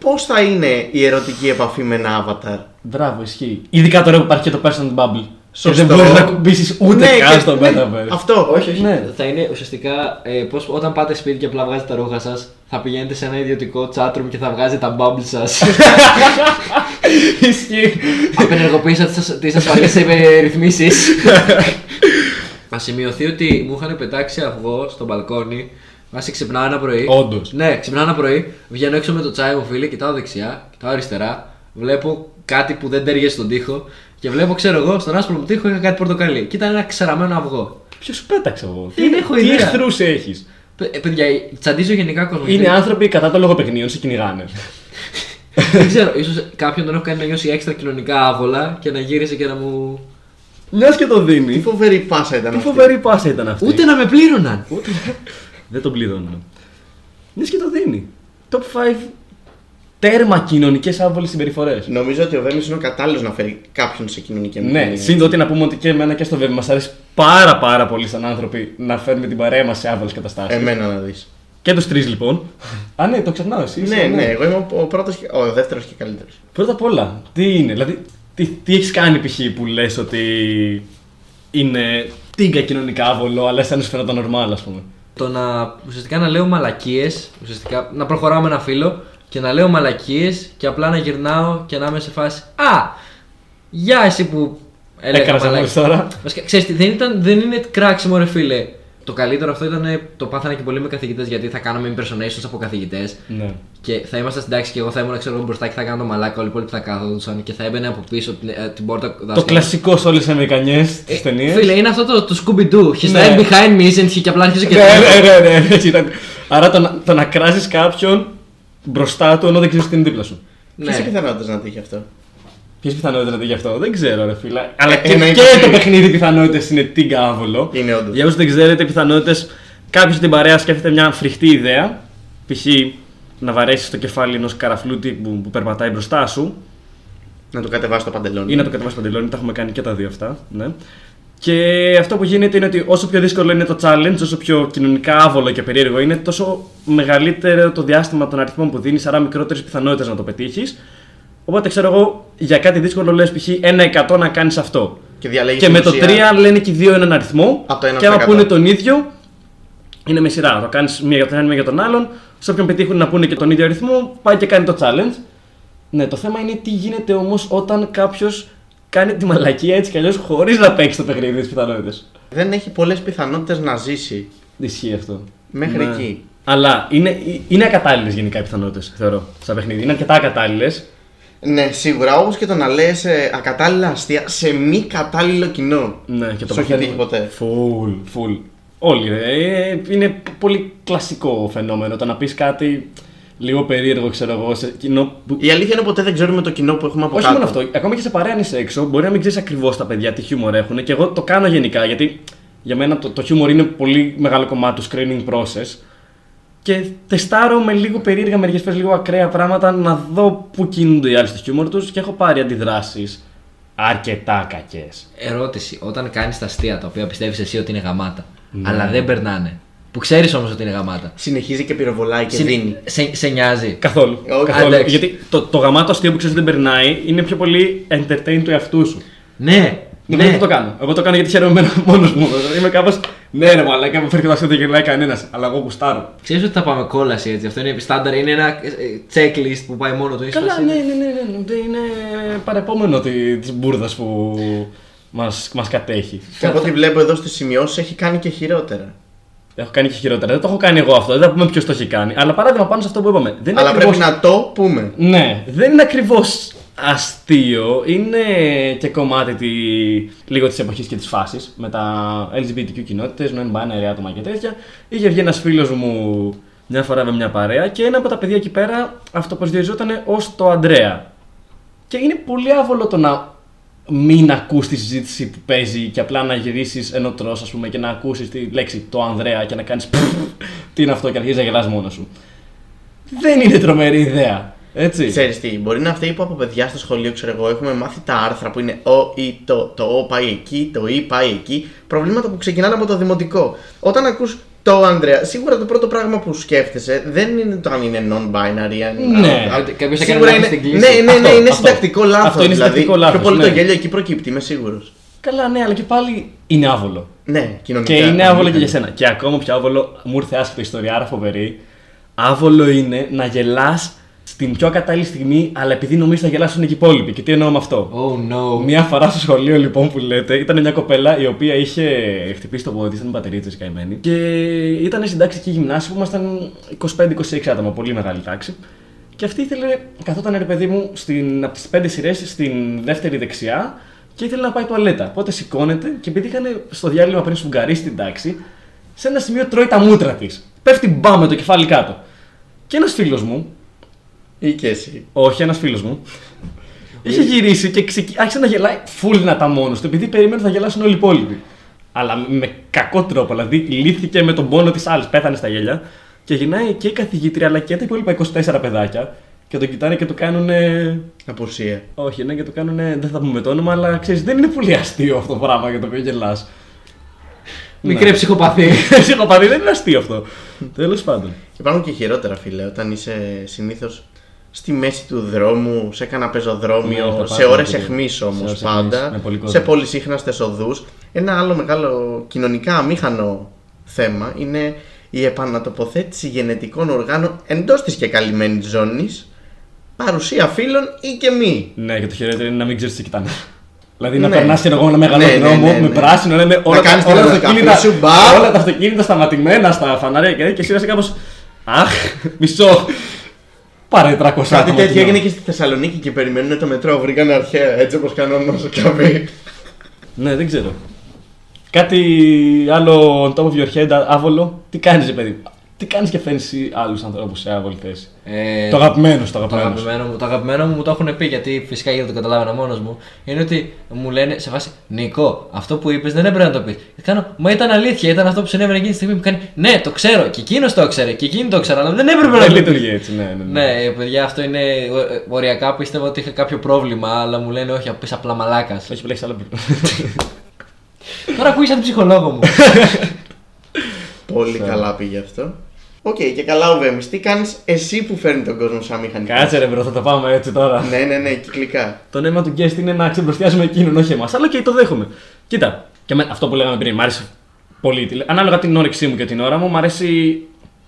[SPEAKER 3] Πώς θα είναι η ερωτική επαφή με ένα avatar.
[SPEAKER 2] Μπράβο, ισχύει. Ειδικά τώρα που υπάρχει και το personal bubble. Και
[SPEAKER 3] Σωστό.
[SPEAKER 2] δεν μπορείς να κουμπίσεις ούτε
[SPEAKER 3] Ναι,
[SPEAKER 2] καν
[SPEAKER 3] και-
[SPEAKER 2] στο
[SPEAKER 3] ναι,
[SPEAKER 2] Metaverse.
[SPEAKER 3] Αυτό.
[SPEAKER 4] Όχι, όχι.
[SPEAKER 2] Ναι.
[SPEAKER 4] Θα είναι ουσιαστικά ε, πως όταν πάτε σπίτι και απλά βγάζετε τα ρούχα σας, θα πηγαίνετε σε ένα ιδιωτικό chatroom και θα βγάζετε τα bubble σας.
[SPEAKER 2] Ισχύει.
[SPEAKER 4] Απενεργοποίησατε τις ασφαλεί ρυθμίσει. Να σημειωθεί ότι μου είχαν πετάξει αυγό στο μπαλκόνι. Βάσει ξυπνάω ένα πρωί.
[SPEAKER 2] Όντως.
[SPEAKER 4] Ναι, ξυπνάω ένα πρωί, βγαίνω έξω με το τσάι μου φίλε, κοιτάω δεξιά, κοιτάω αριστερά, βλέπω κάτι που δεν τέριαζε στον τοίχο και βλέπω, ξέρω εγώ, στον άσπρο μου τοίχο είχα κάτι πορτοκαλί. Και ήταν ένα ξεραμένο αυγό.
[SPEAKER 2] Ποιος σου πέταξε εγώ.
[SPEAKER 4] Δεν έχω
[SPEAKER 2] Τι
[SPEAKER 4] ιδέα.
[SPEAKER 2] εχθρούς έχεις.
[SPEAKER 4] Παι- ε, παιδιά, τσαντίζω γενικά κόσμος.
[SPEAKER 2] Είναι άνθρωποι κατά των λογοπαιχνίων, σε κυνηγάνε.
[SPEAKER 4] Δεν ξέρω, ίσως κάποιον τον έχω κάνει να νιώσει έξτρα κοινωνικά άβολα και να γύρισε και να μου.
[SPEAKER 2] Μιας και το δίνει.
[SPEAKER 3] Τι φοβερή πάσα ήταν
[SPEAKER 2] Τι
[SPEAKER 3] αυτή.
[SPEAKER 2] φοβερή πάσα ήταν αυτή.
[SPEAKER 4] Ούτε να με πλήρωναν!
[SPEAKER 2] Ούτε- Δεν τον πλήρωνα. Μιας και το δίνει. Top 5 τέρμα κοινωνικές άβολες συμπεριφορές.
[SPEAKER 3] Νομίζω ότι ο Βέμι είναι ο κατάλληλος να φέρει κάποιον σε κοινωνική
[SPEAKER 2] Ναι,
[SPEAKER 3] μηχανή.
[SPEAKER 2] σύντομα ότι να πούμε ότι και εμένα και στο βέβαιο μας αρέσει πάρα πάρα πολύ σαν άνθρωποι να φέρνουμε την παρέα μας σε άβολες καταστάσεις.
[SPEAKER 3] Εμένα να δεις.
[SPEAKER 2] Και τους τρεις λοιπόν. Α, ναι, το ξεχνάω εσύ. είσαι,
[SPEAKER 3] Ναι, ναι, εγώ είμαι ο πρώτος και. Ο δεύτερος και καλύτερος.
[SPEAKER 2] Πρώτα απ' όλα, τι είναι, δηλαδή, τι, τι έχεις κάνει π.χ. που λες ότι είναι τίγκα κοινωνικά άβολο, αλλά σαν να σου φαίνονταν normal, ας πούμε.
[SPEAKER 4] Το να ουσιαστικά να λέω μαλακίες, ουσιαστικά να προχωράω με ένα φίλο και να λέω μαλακίες και απλά να γυρνάω και να είμαι σε φάση Α! Γεια εσύ που
[SPEAKER 2] Έκανες
[SPEAKER 4] έλεγα
[SPEAKER 2] μόλις τώρα.
[SPEAKER 4] Βασικά, ξέρεις τι, δεν, ήταν, δεν είναι κράξιμο ρε φίλε. Το καλύτερο αυτό ήταν το πάθανα και πολύ με καθηγητές γιατί θα κάναμε impersonations από καθηγητές.
[SPEAKER 2] Ναι.
[SPEAKER 4] Και θα ήμασταν στην τάξη και εγώ θα ήμουν ξέρω, εγώ, μπροστά και θα κάνω το μαλάκα όλοι οι υπόλοιποι θα κάθονταν και θα έμπαινε από πίσω την, ε, την πόρτα. Ε,
[SPEAKER 2] Το κλασικό σε όλες τις Αμερικανιέ τις ταινίες.
[SPEAKER 4] Φίλε, είναι αυτό το, το Scooby-Doo. He's
[SPEAKER 2] Ναι.
[SPEAKER 4] right behind me, isn't he? Και απλά αρχίζω και.
[SPEAKER 2] Ναι, ναι, ναι, ναι, ναι, έτσι ήταν. Άρα το να, το να κράζεις κάποιον μπροστά του ενώ δεν ξέρεις τι είναι δίπλα σου.
[SPEAKER 3] Ναι. Ποιες πιθανότητες να τύχει αυτό.
[SPEAKER 2] Ποιες πιθανότητες να γι' αυτό, δεν ξέρω, ρε φίλα. Αλλά και,
[SPEAKER 3] εννοείται
[SPEAKER 2] και
[SPEAKER 3] ότι-
[SPEAKER 2] το παιχνίδι πιθανότητες είναι τίγκα άβολο.
[SPEAKER 3] Είναι όντως.
[SPEAKER 2] Για όσους δεν ξέρετε, οι πιθανότητες κάποιος στην παρέα σκέφτεται μια φρικτή ιδέα. Π.χ. να βαρέσει το κεφάλι ενός καραφλούτη που, που περπατάει μπροστά σου
[SPEAKER 3] Να του κατεβάσει το παντελόνι.
[SPEAKER 2] ή να το κατεβάσει παντελόνι. Τα έχουμε κάνει και τα δύο αυτά. Ναι. Και αυτό που γίνεται είναι ότι όσο πιο δύσκολο είναι το challenge, όσο πιο κοινωνικά άβολο και περίεργο είναι, τόσο μεγαλύτερο το διάστημα των αριθμών που δίνεις, άρα μικρότερες πιθανότητες να το πετύχεις. Οπότε ξέρω εγώ, για κάτι δύσκολο λες π.χ. ένα 100 να κάνεις αυτό.
[SPEAKER 3] Και διαλέγεις
[SPEAKER 2] Και με το 3 λένε και οι δύο έναν αριθμό.
[SPEAKER 3] Από το ένα
[SPEAKER 2] και άμα
[SPEAKER 3] στο 100.
[SPEAKER 2] πούνε τον ίδιο, είναι με σειρά. Το κάνεις μία για τον ένα, μία για τον άλλον. Σε όποιον πετύχουν να πούνε και τον ίδιο αριθμό, πάει και κάνει το challenge. Ναι, το θέμα είναι τι γίνεται όμως όταν κάποιος κάνει τη μαλακία έτσι κι αλλιώς χωρίς να παίξει το παιχνίδι της πιθανότητε.
[SPEAKER 3] Δεν έχει πολλές πιθανότητες να ζήσει.
[SPEAKER 2] Ισχύει αυτό.
[SPEAKER 3] Μέχρι
[SPEAKER 2] Ναι.
[SPEAKER 3] εκεί.
[SPEAKER 2] Αλλά είναι, είναι ακατάλληλες γενικά οι πιθανότητες, θεωρώ, στα παιχνίδια. Είναι αρκετά ακατάλληλες.
[SPEAKER 3] Ναι, σίγουρα. Όπως και το να λες ακατάλληλα αστεία σε μη κατάλληλο κοινό.
[SPEAKER 2] Ναι, και το
[SPEAKER 3] Σου έχει
[SPEAKER 2] παθαίνουμε.
[SPEAKER 3] τύχει ποτέ.
[SPEAKER 2] Φουλ, φουλ. Όλοι. ρε. Ε, Είναι πολύ κλασικό φαινόμενο το να πεις κάτι λίγο περίεργο, ξέρω εγώ, σε κοινό που.
[SPEAKER 3] Η αλήθεια είναι ποτέ δεν ξέρουμε το κοινό που έχουμε από
[SPEAKER 2] Όχι
[SPEAKER 3] κάτω.
[SPEAKER 2] μόνο αυτό, ακόμα και σε παρέα αν είσαι έξω, μπορεί να μην ξέρεις ακριβώς τα παιδιά τι χιούμορ έχουν και εγώ το κάνω γενικά γιατί για μένα το, το χιούμορ είναι πολύ μεγάλο κομμάτι του screening process. Και τεστάρω με λίγο περίεργα, μερικέ φορέ λίγο ακραία πράγματα να δω πού κινούνται οι άλλοι στο χιούμορ τους και έχω πάρει αντιδράσεις αρκετά κακές.
[SPEAKER 4] Ερώτηση. Όταν κάνεις τα αστεία τα οποία πιστεύεις εσύ ότι είναι γαμάτα,
[SPEAKER 2] Ναι.
[SPEAKER 4] αλλά δεν περνάνε. Που ξέρεις όμως ότι είναι γαμάτα.
[SPEAKER 3] Συνεχίζει και πυροβολάει και
[SPEAKER 4] Συν-
[SPEAKER 3] δίνει.
[SPEAKER 4] Σε, σε νοιάζει.
[SPEAKER 2] Καθόλου.
[SPEAKER 3] Όχι.
[SPEAKER 2] Καθόλου.
[SPEAKER 4] Εντάξει.
[SPEAKER 2] Γιατί το, το γαμάτο αστείο που ξέρεις δεν περνάει είναι πιο πολύ entertain του εαυτού σου.
[SPEAKER 4] Ναι,
[SPEAKER 2] Ναι. Εγώ
[SPEAKER 4] ναι.
[SPEAKER 2] δεν το κάνω. Εγώ το κάνω γιατί χαίρομαι μόνος μου. Είμαι κάπως. Ναι, ρε μαλάκα, μου φέρει το αστείο δεν γελάει κανένας. Αλλά εγώ γουστάρω.
[SPEAKER 4] Ξέρεις ότι θα πάμε κόλαση έτσι. Αυτό είναι στάνταρ, είναι ένα ε, ε, checklist που πάει μόνο του. Είσαι
[SPEAKER 2] Καλά,
[SPEAKER 4] φάση-
[SPEAKER 2] ναι, ναι, ναι, ναι, ναι. Είναι παρεπόμενο της μπουρδας που μας μας κατέχει.
[SPEAKER 3] Και από ό,τι βλέπω εδώ στις σημειώσεις έχει κάνει και χειρότερα.
[SPEAKER 2] Έχω κάνει και χειρότερα. Δεν το έχω κάνει εγώ αυτό. Δεν θα πούμε ποιος το έχει κάνει. Αλλά παράδειγμα πάνω σε αυτό που είπαμε. Δεν είναι
[SPEAKER 3] Αλλά
[SPEAKER 2] ακριβώς-
[SPEAKER 3] πρέπει να το πούμε.
[SPEAKER 2] Ναι, δεν είναι ακριβώς αστείο. Είναι και κομμάτι τη, λίγο της εποχής και της φάσης με τα LGBTQ κοινότητες, non-binary άτομα και τέτοια. Είχε βγει ένας φίλος μου μια φορά με μια παρέα και ένα από τα παιδιά εκεί πέρα αυτοπροσδιοριζόταν ως το Αντρέα. Και είναι πολύ άβολο το να μην ακούς τη συζήτηση που παίζει και απλά να γυρίσεις ενώ τρως ας πούμε και να ακούσεις τη λέξη το Ανδρέα και να κάνεις τι είναι αυτό και αρχίζεις να γελάς μόνος σου. Δεν είναι τρομερή ιδέα. Έτσι.
[SPEAKER 3] Ξέρεις τι, μπορεί να αυτοί που από παιδιά στο σχολείο, ξέρω εγώ, έχουμε μάθει τα άρθρα που είναι ο ή το, το ο πάει εκεί, το ή πάει εκεί. Προβλήματα που ξεκινάνε από το δημοτικό. Όταν ακούς το Ανδρέα, σίγουρα το πρώτο πράγμα που σκέφτεσαι δεν είναι το αν είναι non-binary. Αν...
[SPEAKER 2] Ναι.
[SPEAKER 3] αν-
[SPEAKER 4] Κάποιος έκανε
[SPEAKER 3] σίγουρα
[SPEAKER 4] λάθος
[SPEAKER 3] είναι.
[SPEAKER 4] στην
[SPEAKER 3] Ναι,
[SPEAKER 4] κλίση.
[SPEAKER 3] ναι, ναι,
[SPEAKER 2] Αυτό,
[SPEAKER 3] είναι
[SPEAKER 2] αυτό.
[SPEAKER 3] συντακτικό λάθο.
[SPEAKER 2] Αυτό είναι συντακτικό
[SPEAKER 3] Πιο
[SPEAKER 2] λάθος,
[SPEAKER 3] πολύ το
[SPEAKER 2] ναι.
[SPEAKER 3] γέλιο εκεί προκύπτει, είμαι σίγουρος.
[SPEAKER 2] Καλά ναι, αλλά και πάλι είναι άβολο.
[SPEAKER 3] Ναι, κοινωνικά. Ναι.
[SPEAKER 2] Και είναι άβολο και για σένα. Και ακόμα πιο άβολο, μου ήρθε άσχετο ιστορία, άρα φοβερή. Άβολο είναι να γελάς στην πιο κατάλληλη στιγμή, αλλά επειδή νομίζεις θα γελάσουν και οι υπόλοιποι. Και τι εννοώ με αυτό.
[SPEAKER 4] Oh no.
[SPEAKER 2] Μια φορά στο σχολείο λοιπόν που λέτε, ήταν μια κοπέλα η οποία είχε χτυπήσει το πόδι, ήταν πατερίτσα καημένη. Και ήταν στην τάξη εκεί γυμνάσιο που ήμασταν 25-26 άτομα, πολύ μεγάλη τάξη. Και αυτή ήθελε, καθόταν ρε παιδί μου στην, από τις πέντε σειρές στην δεύτερη δεξιά και ήθελε να πάει τουαλέτα. Οπότε σηκώνεται και επειδή είχαν στο διάλειμμα πριν σφουγγαρίσει την τάξη, σε ένα σημείο τρώει τα μούτρα της. Πέφτει μπα με το κεφάλι κάτω. Και ένας φίλος μου,
[SPEAKER 3] Ή και εσύ.
[SPEAKER 2] όχι, ένας φίλος μου. Είχε γυρίσει και ξεκι... άρχισε να γελάει full να τα μόνος του, επειδή περίμενε ότι θα γελάσουν όλοι οι υπόλοιποι. Αλλά με κακό τρόπο, δηλαδή λύθηκε με τον πόνο της άλλης, πέθανε στα γέλια. Και γυρνάει και η καθηγήτρια, αλλά και τα υπόλοιπα 24 παιδάκια. Και και τον κοιτάνε και του κάνουν
[SPEAKER 3] Αποσία.
[SPEAKER 2] όχι, ναι, και το κάνουν. Δεν θα πούμε το όνομα, αλλά ξέρεις, δεν είναι πολύ αστείο αυτό το πράγμα για το οποίο γελάς. Ναι.
[SPEAKER 4] Μικρή ψυχοπαθή.
[SPEAKER 2] Ψυχοπαθή δεν είναι αστείο αυτό. Τέλος πάντων.
[SPEAKER 3] Υπάρχουν και χειρότερα, φίλε, όταν είσαι συνήθως στη μέση του δρόμου, σε κανένα πεζοδρόμιο,
[SPEAKER 2] Ναι, τα
[SPEAKER 3] σε
[SPEAKER 2] πάντα
[SPEAKER 3] ώρε
[SPEAKER 2] πολύ.
[SPEAKER 3] αιχμής
[SPEAKER 2] Σε
[SPEAKER 3] όμως
[SPEAKER 2] ώρες αιχμής,
[SPEAKER 3] πάντα,
[SPEAKER 2] με πολύ κόσμο.
[SPEAKER 3] σε πολυσύχναστες οδούς. Ένα άλλο μεγάλο κοινωνικά αμήχανο θέμα είναι η επανατοποθέτηση γενετικών οργάνων εντός της και καλυμμένης ζώνης, παρουσία φίλων ή και μη.
[SPEAKER 2] Ναι, και το χειρότερο είναι να μην ξέρεις τι κοιτάνε. Δηλαδή να
[SPEAKER 3] Ναι.
[SPEAKER 2] περνάς και εγώ ένα μεγάλο
[SPEAKER 3] Ναι, ναι,
[SPEAKER 2] δρόμο
[SPEAKER 3] ναι, ναι.
[SPEAKER 2] με πράσινο, να είναι όλα, τα,
[SPEAKER 3] κάνεις
[SPEAKER 2] όλα,
[SPEAKER 3] την
[SPEAKER 2] τα αυτοκίνητα,
[SPEAKER 3] ανακαφή σου, μπαμ.
[SPEAKER 2] όλα τα αυτοκίνητα σταματημένα στα φανάρια και, και εσύ είσαι κάπως. Αχ, μισό. Πάρε 300
[SPEAKER 3] Κάτι
[SPEAKER 2] άτομα
[SPEAKER 3] τέτοιο
[SPEAKER 2] κοινό.
[SPEAKER 3] έγινε και στη Θεσσαλονίκη και περιμένουν το μετρό. Βρήκαν αρχαία έτσι όπως κανόνα ο Καβί.
[SPEAKER 2] Ναι, δεν ξέρω. Κάτι άλλο on top of your head, άβολο. Τι κάνεις, παιδί. Τι κάνεις και φέρνεις άλλους ανθρώπους σε άβολη θέση.
[SPEAKER 4] Ε,
[SPEAKER 2] Το αγαπημένο,
[SPEAKER 4] Το
[SPEAKER 2] το αγαπημένο.
[SPEAKER 4] αγαπημένο μου, το αγαπημένο μου, μου το έχουν πει γιατί φυσικά γιατί δεν το καταλάβαινα μόνος μου. Είναι ότι μου λένε σε βάση Νικό, αυτό που είπες δεν έπρεπε να το πεις. Κάνω, μα ήταν αλήθεια, ήταν αυτό που συνέβαινε εκείνη τη στιγμή που κάνει Ναι, το ξέρω, και εκείνος το ξέρε, και εκείνη το ξέρω, αλλά δεν έπρεπε να
[SPEAKER 2] Δεν
[SPEAKER 4] το πει.
[SPEAKER 2] λειτουργεί έτσι, ναι, ναι. ναι.
[SPEAKER 4] Ναι, ε, παιδιά, αυτό είναι. ε, ε, Οριακά πίστευα ότι είχα κάποιο πρόβλημα, αλλά μου λένε όχι, απ' απλά μαλάκας.
[SPEAKER 2] Το έχει επιλέξει άλλο πρόβλημα.
[SPEAKER 4] Τώρα ακούγει σαν ψυχολόγο μου.
[SPEAKER 3] Πολύ καλά πήγε αυτό. Οκ, και καλά ο Βέμις. Τι κάνεις εσύ που φέρνει τον κόσμο σαν μηχανικό.
[SPEAKER 2] Κάτσε ρε, μπρο, θα τα πάμε έτσι τώρα.
[SPEAKER 3] Ναι, ναι, ναι, κυκλικά.
[SPEAKER 2] Το νόημα του guest είναι να ξεμπροστιάζουμε εκείνον, όχι εμάς. Αλλά και το δέχομαι. Κοίτα, και με, αυτό που λέγαμε πριν, μ' άρεσε πολύ. τη- Ανάλογα την όρεξή μου και την ώρα μου, μ' αρέσει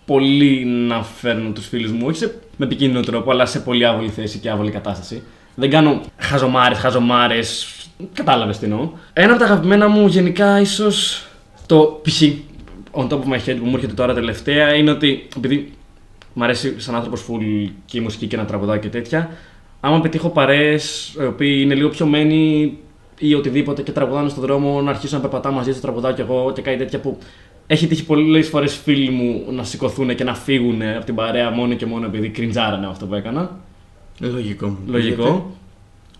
[SPEAKER 2] πολύ να φέρνω τους φίλους μου. Όχι σε, με επικίνδυνο τρόπο, αλλά σε πολύ άβολη θέση και άβολη κατάσταση. Δεν κάνω χαζομάρες, χαζομάρες. Κατάλαβες τι εννοώ. Ένα από τα αγαπημένα μου γενικά ίσως το π.χ. on top of my head που μου έρχεται τώρα τελευταία είναι ότι επειδή Μ' αρέσει σαν άνθρωπος full και η μουσική και να τραγουδάω και τέτοια. Άμα πετύχω παρέες οι οποίοι είναι λίγο πιωμένοι ή οτιδήποτε και τραγουδάνε στον δρόμο, να αρχίσω να περπατάω μαζί τους, τραγουδάω κι εγώ και κάτι τέτοια που έχει τύχει πολλές φορές φίλοι μου να σηκωθούν και να φύγουν από την παρέα μόνο και μόνο επειδή κριντζάρανε με αυτό που έκανα.
[SPEAKER 3] Λογικό μου.
[SPEAKER 2] Λογικό.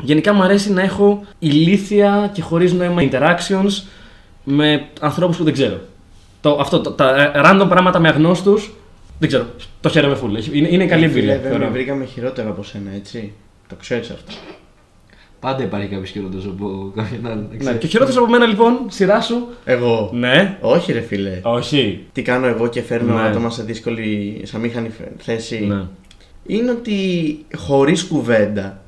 [SPEAKER 2] Γενικά μου αρέσει να έχω ηλίθια και χωρίς νόημα interactions με ανθρώπους που δεν ξέρω. Το, αυτό, το- τα ε, random πράγματα με αγνώστους, δεν ξέρω. Το χαίρομαι full. Έχει- Είναι, είναι καλή εμπειρία. θεωρώ.
[SPEAKER 3] Βέβαια, βρήκαμε χειρότερα από σένα, έτσι. Το ξέρεις αυτό.
[SPEAKER 4] Πάντα υπάρχει κάποιος χειρότερος από κάποιον άλλον. να
[SPEAKER 2] Ναι.
[SPEAKER 4] ξέρεις.
[SPEAKER 2] Και χειρότερος από μένα λοιπόν, σειρά σου.
[SPEAKER 3] Εγώ.
[SPEAKER 2] Ναι.
[SPEAKER 3] Όχι, ρε φίλε.
[SPEAKER 2] Όχι.
[SPEAKER 3] Τι κάνω εγώ και φέρνω
[SPEAKER 2] Ναι.
[SPEAKER 3] άτομα σε δύσκολη, σαν μηχανή θέση.
[SPEAKER 2] Ναι.
[SPEAKER 3] Είναι ότι χωρίς κουβέντα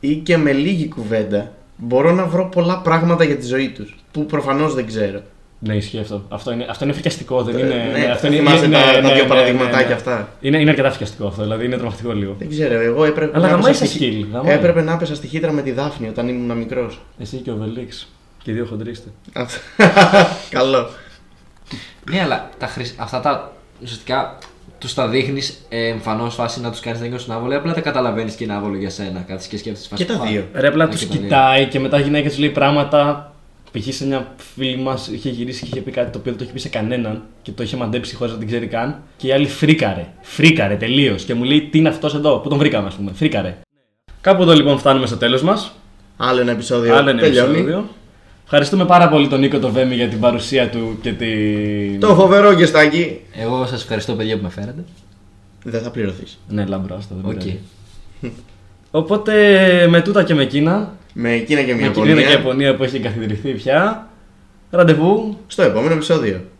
[SPEAKER 3] ή και με λίγη κουβέντα μπορώ να βρω πολλά πράγματα για τη ζωή τους που προφανώς δεν ξέρω.
[SPEAKER 2] Ναι, ισχύει αυτό. Αυτό είναι, αυτό είναι φρικιαστικό, δεν
[SPEAKER 3] Ε,
[SPEAKER 2] είναι.
[SPEAKER 3] ναι,
[SPEAKER 2] αυτό είναι,
[SPEAKER 3] θυμάστε τα- τα δύο
[SPEAKER 2] ναι,
[SPEAKER 3] παραδειγματάκια αυτά.
[SPEAKER 2] Είναι, είναι αρκετά φρικιαστικό αυτό, δηλαδή είναι τρομακτικό λίγο.
[SPEAKER 3] Δεν ξέρω, εγώ έπρεπε
[SPEAKER 2] Αλλά
[SPEAKER 3] να
[SPEAKER 2] γαμάει
[SPEAKER 3] έπεσα
[SPEAKER 2] σε
[SPEAKER 3] στη-
[SPEAKER 2] skill, γαμάει.
[SPEAKER 3] Έπρεπε να έπεσα στη χύτρα με τη Δάφνη όταν ήμουν μικρός.
[SPEAKER 2] Εσύ και ο Βελίξ. Και οι δύο χοντρίστε.
[SPEAKER 3] Αυτό. Καλό.
[SPEAKER 4] Ναι, αλλά τα χρησι- αυτά τα ουσιαστικά τους τα δείχνεις ε, εμφανώς φάση να τους κάνεις να νιώσουν άβολο, απλά τα καταλαβαίνεις και είναι άβολο για σένα. Κάτσε και σκέφτεσαι φάση.
[SPEAKER 3] Και τα
[SPEAKER 4] «Α,
[SPEAKER 3] δύο.
[SPEAKER 2] Ρε, απλά
[SPEAKER 4] Ναι,
[SPEAKER 2] τους
[SPEAKER 4] και τα δύο».
[SPEAKER 2] κοιτάει και μετά η γυναίκα του λέει πράγματα. Π.χ. σε μια φίλη μας είχε γυρίσει και είχε πει κάτι το οποίο δεν το είχε πει σε κανέναν και το είχε μαντέψει χωρίς να την ξέρει καν. Και η άλλη φρίκαρε. Φρίκαρε τελείως. Και μου λέει τι είναι αυτός εδώ, που τον βρήκαμε, ας πούμε. Φρίκαρε. Κάπου εδώ λοιπόν φτάνουμε στο τέλος μας.
[SPEAKER 3] Άλλο ένα επεισόδιο.
[SPEAKER 2] Άλλο ένα
[SPEAKER 3] Τελειώνει.
[SPEAKER 2] επεισόδιο. Ευχαριστούμε πάρα πολύ τον Νίκο τον Βέμι για την παρουσία του και την.
[SPEAKER 3] Το φοβερό γεστάκι.
[SPEAKER 4] Εγώ σας ευχαριστώ, παιδιά, που με φέρατε.
[SPEAKER 3] Δεν θα πληρωθείς.
[SPEAKER 2] Ναι, λαμπρό, στο δεν
[SPEAKER 4] Οκ.
[SPEAKER 2] πειράζει. Οπότε με τούτα και με εκείνα.
[SPEAKER 3] Με εκείνα και μια
[SPEAKER 2] Με Κίνα και
[SPEAKER 3] Ιαπωνία.
[SPEAKER 2] Ιαπωνία που έχει εγκαθιδρυθεί πια. Ραντεβού
[SPEAKER 3] Στο επόμενο επεισόδιο.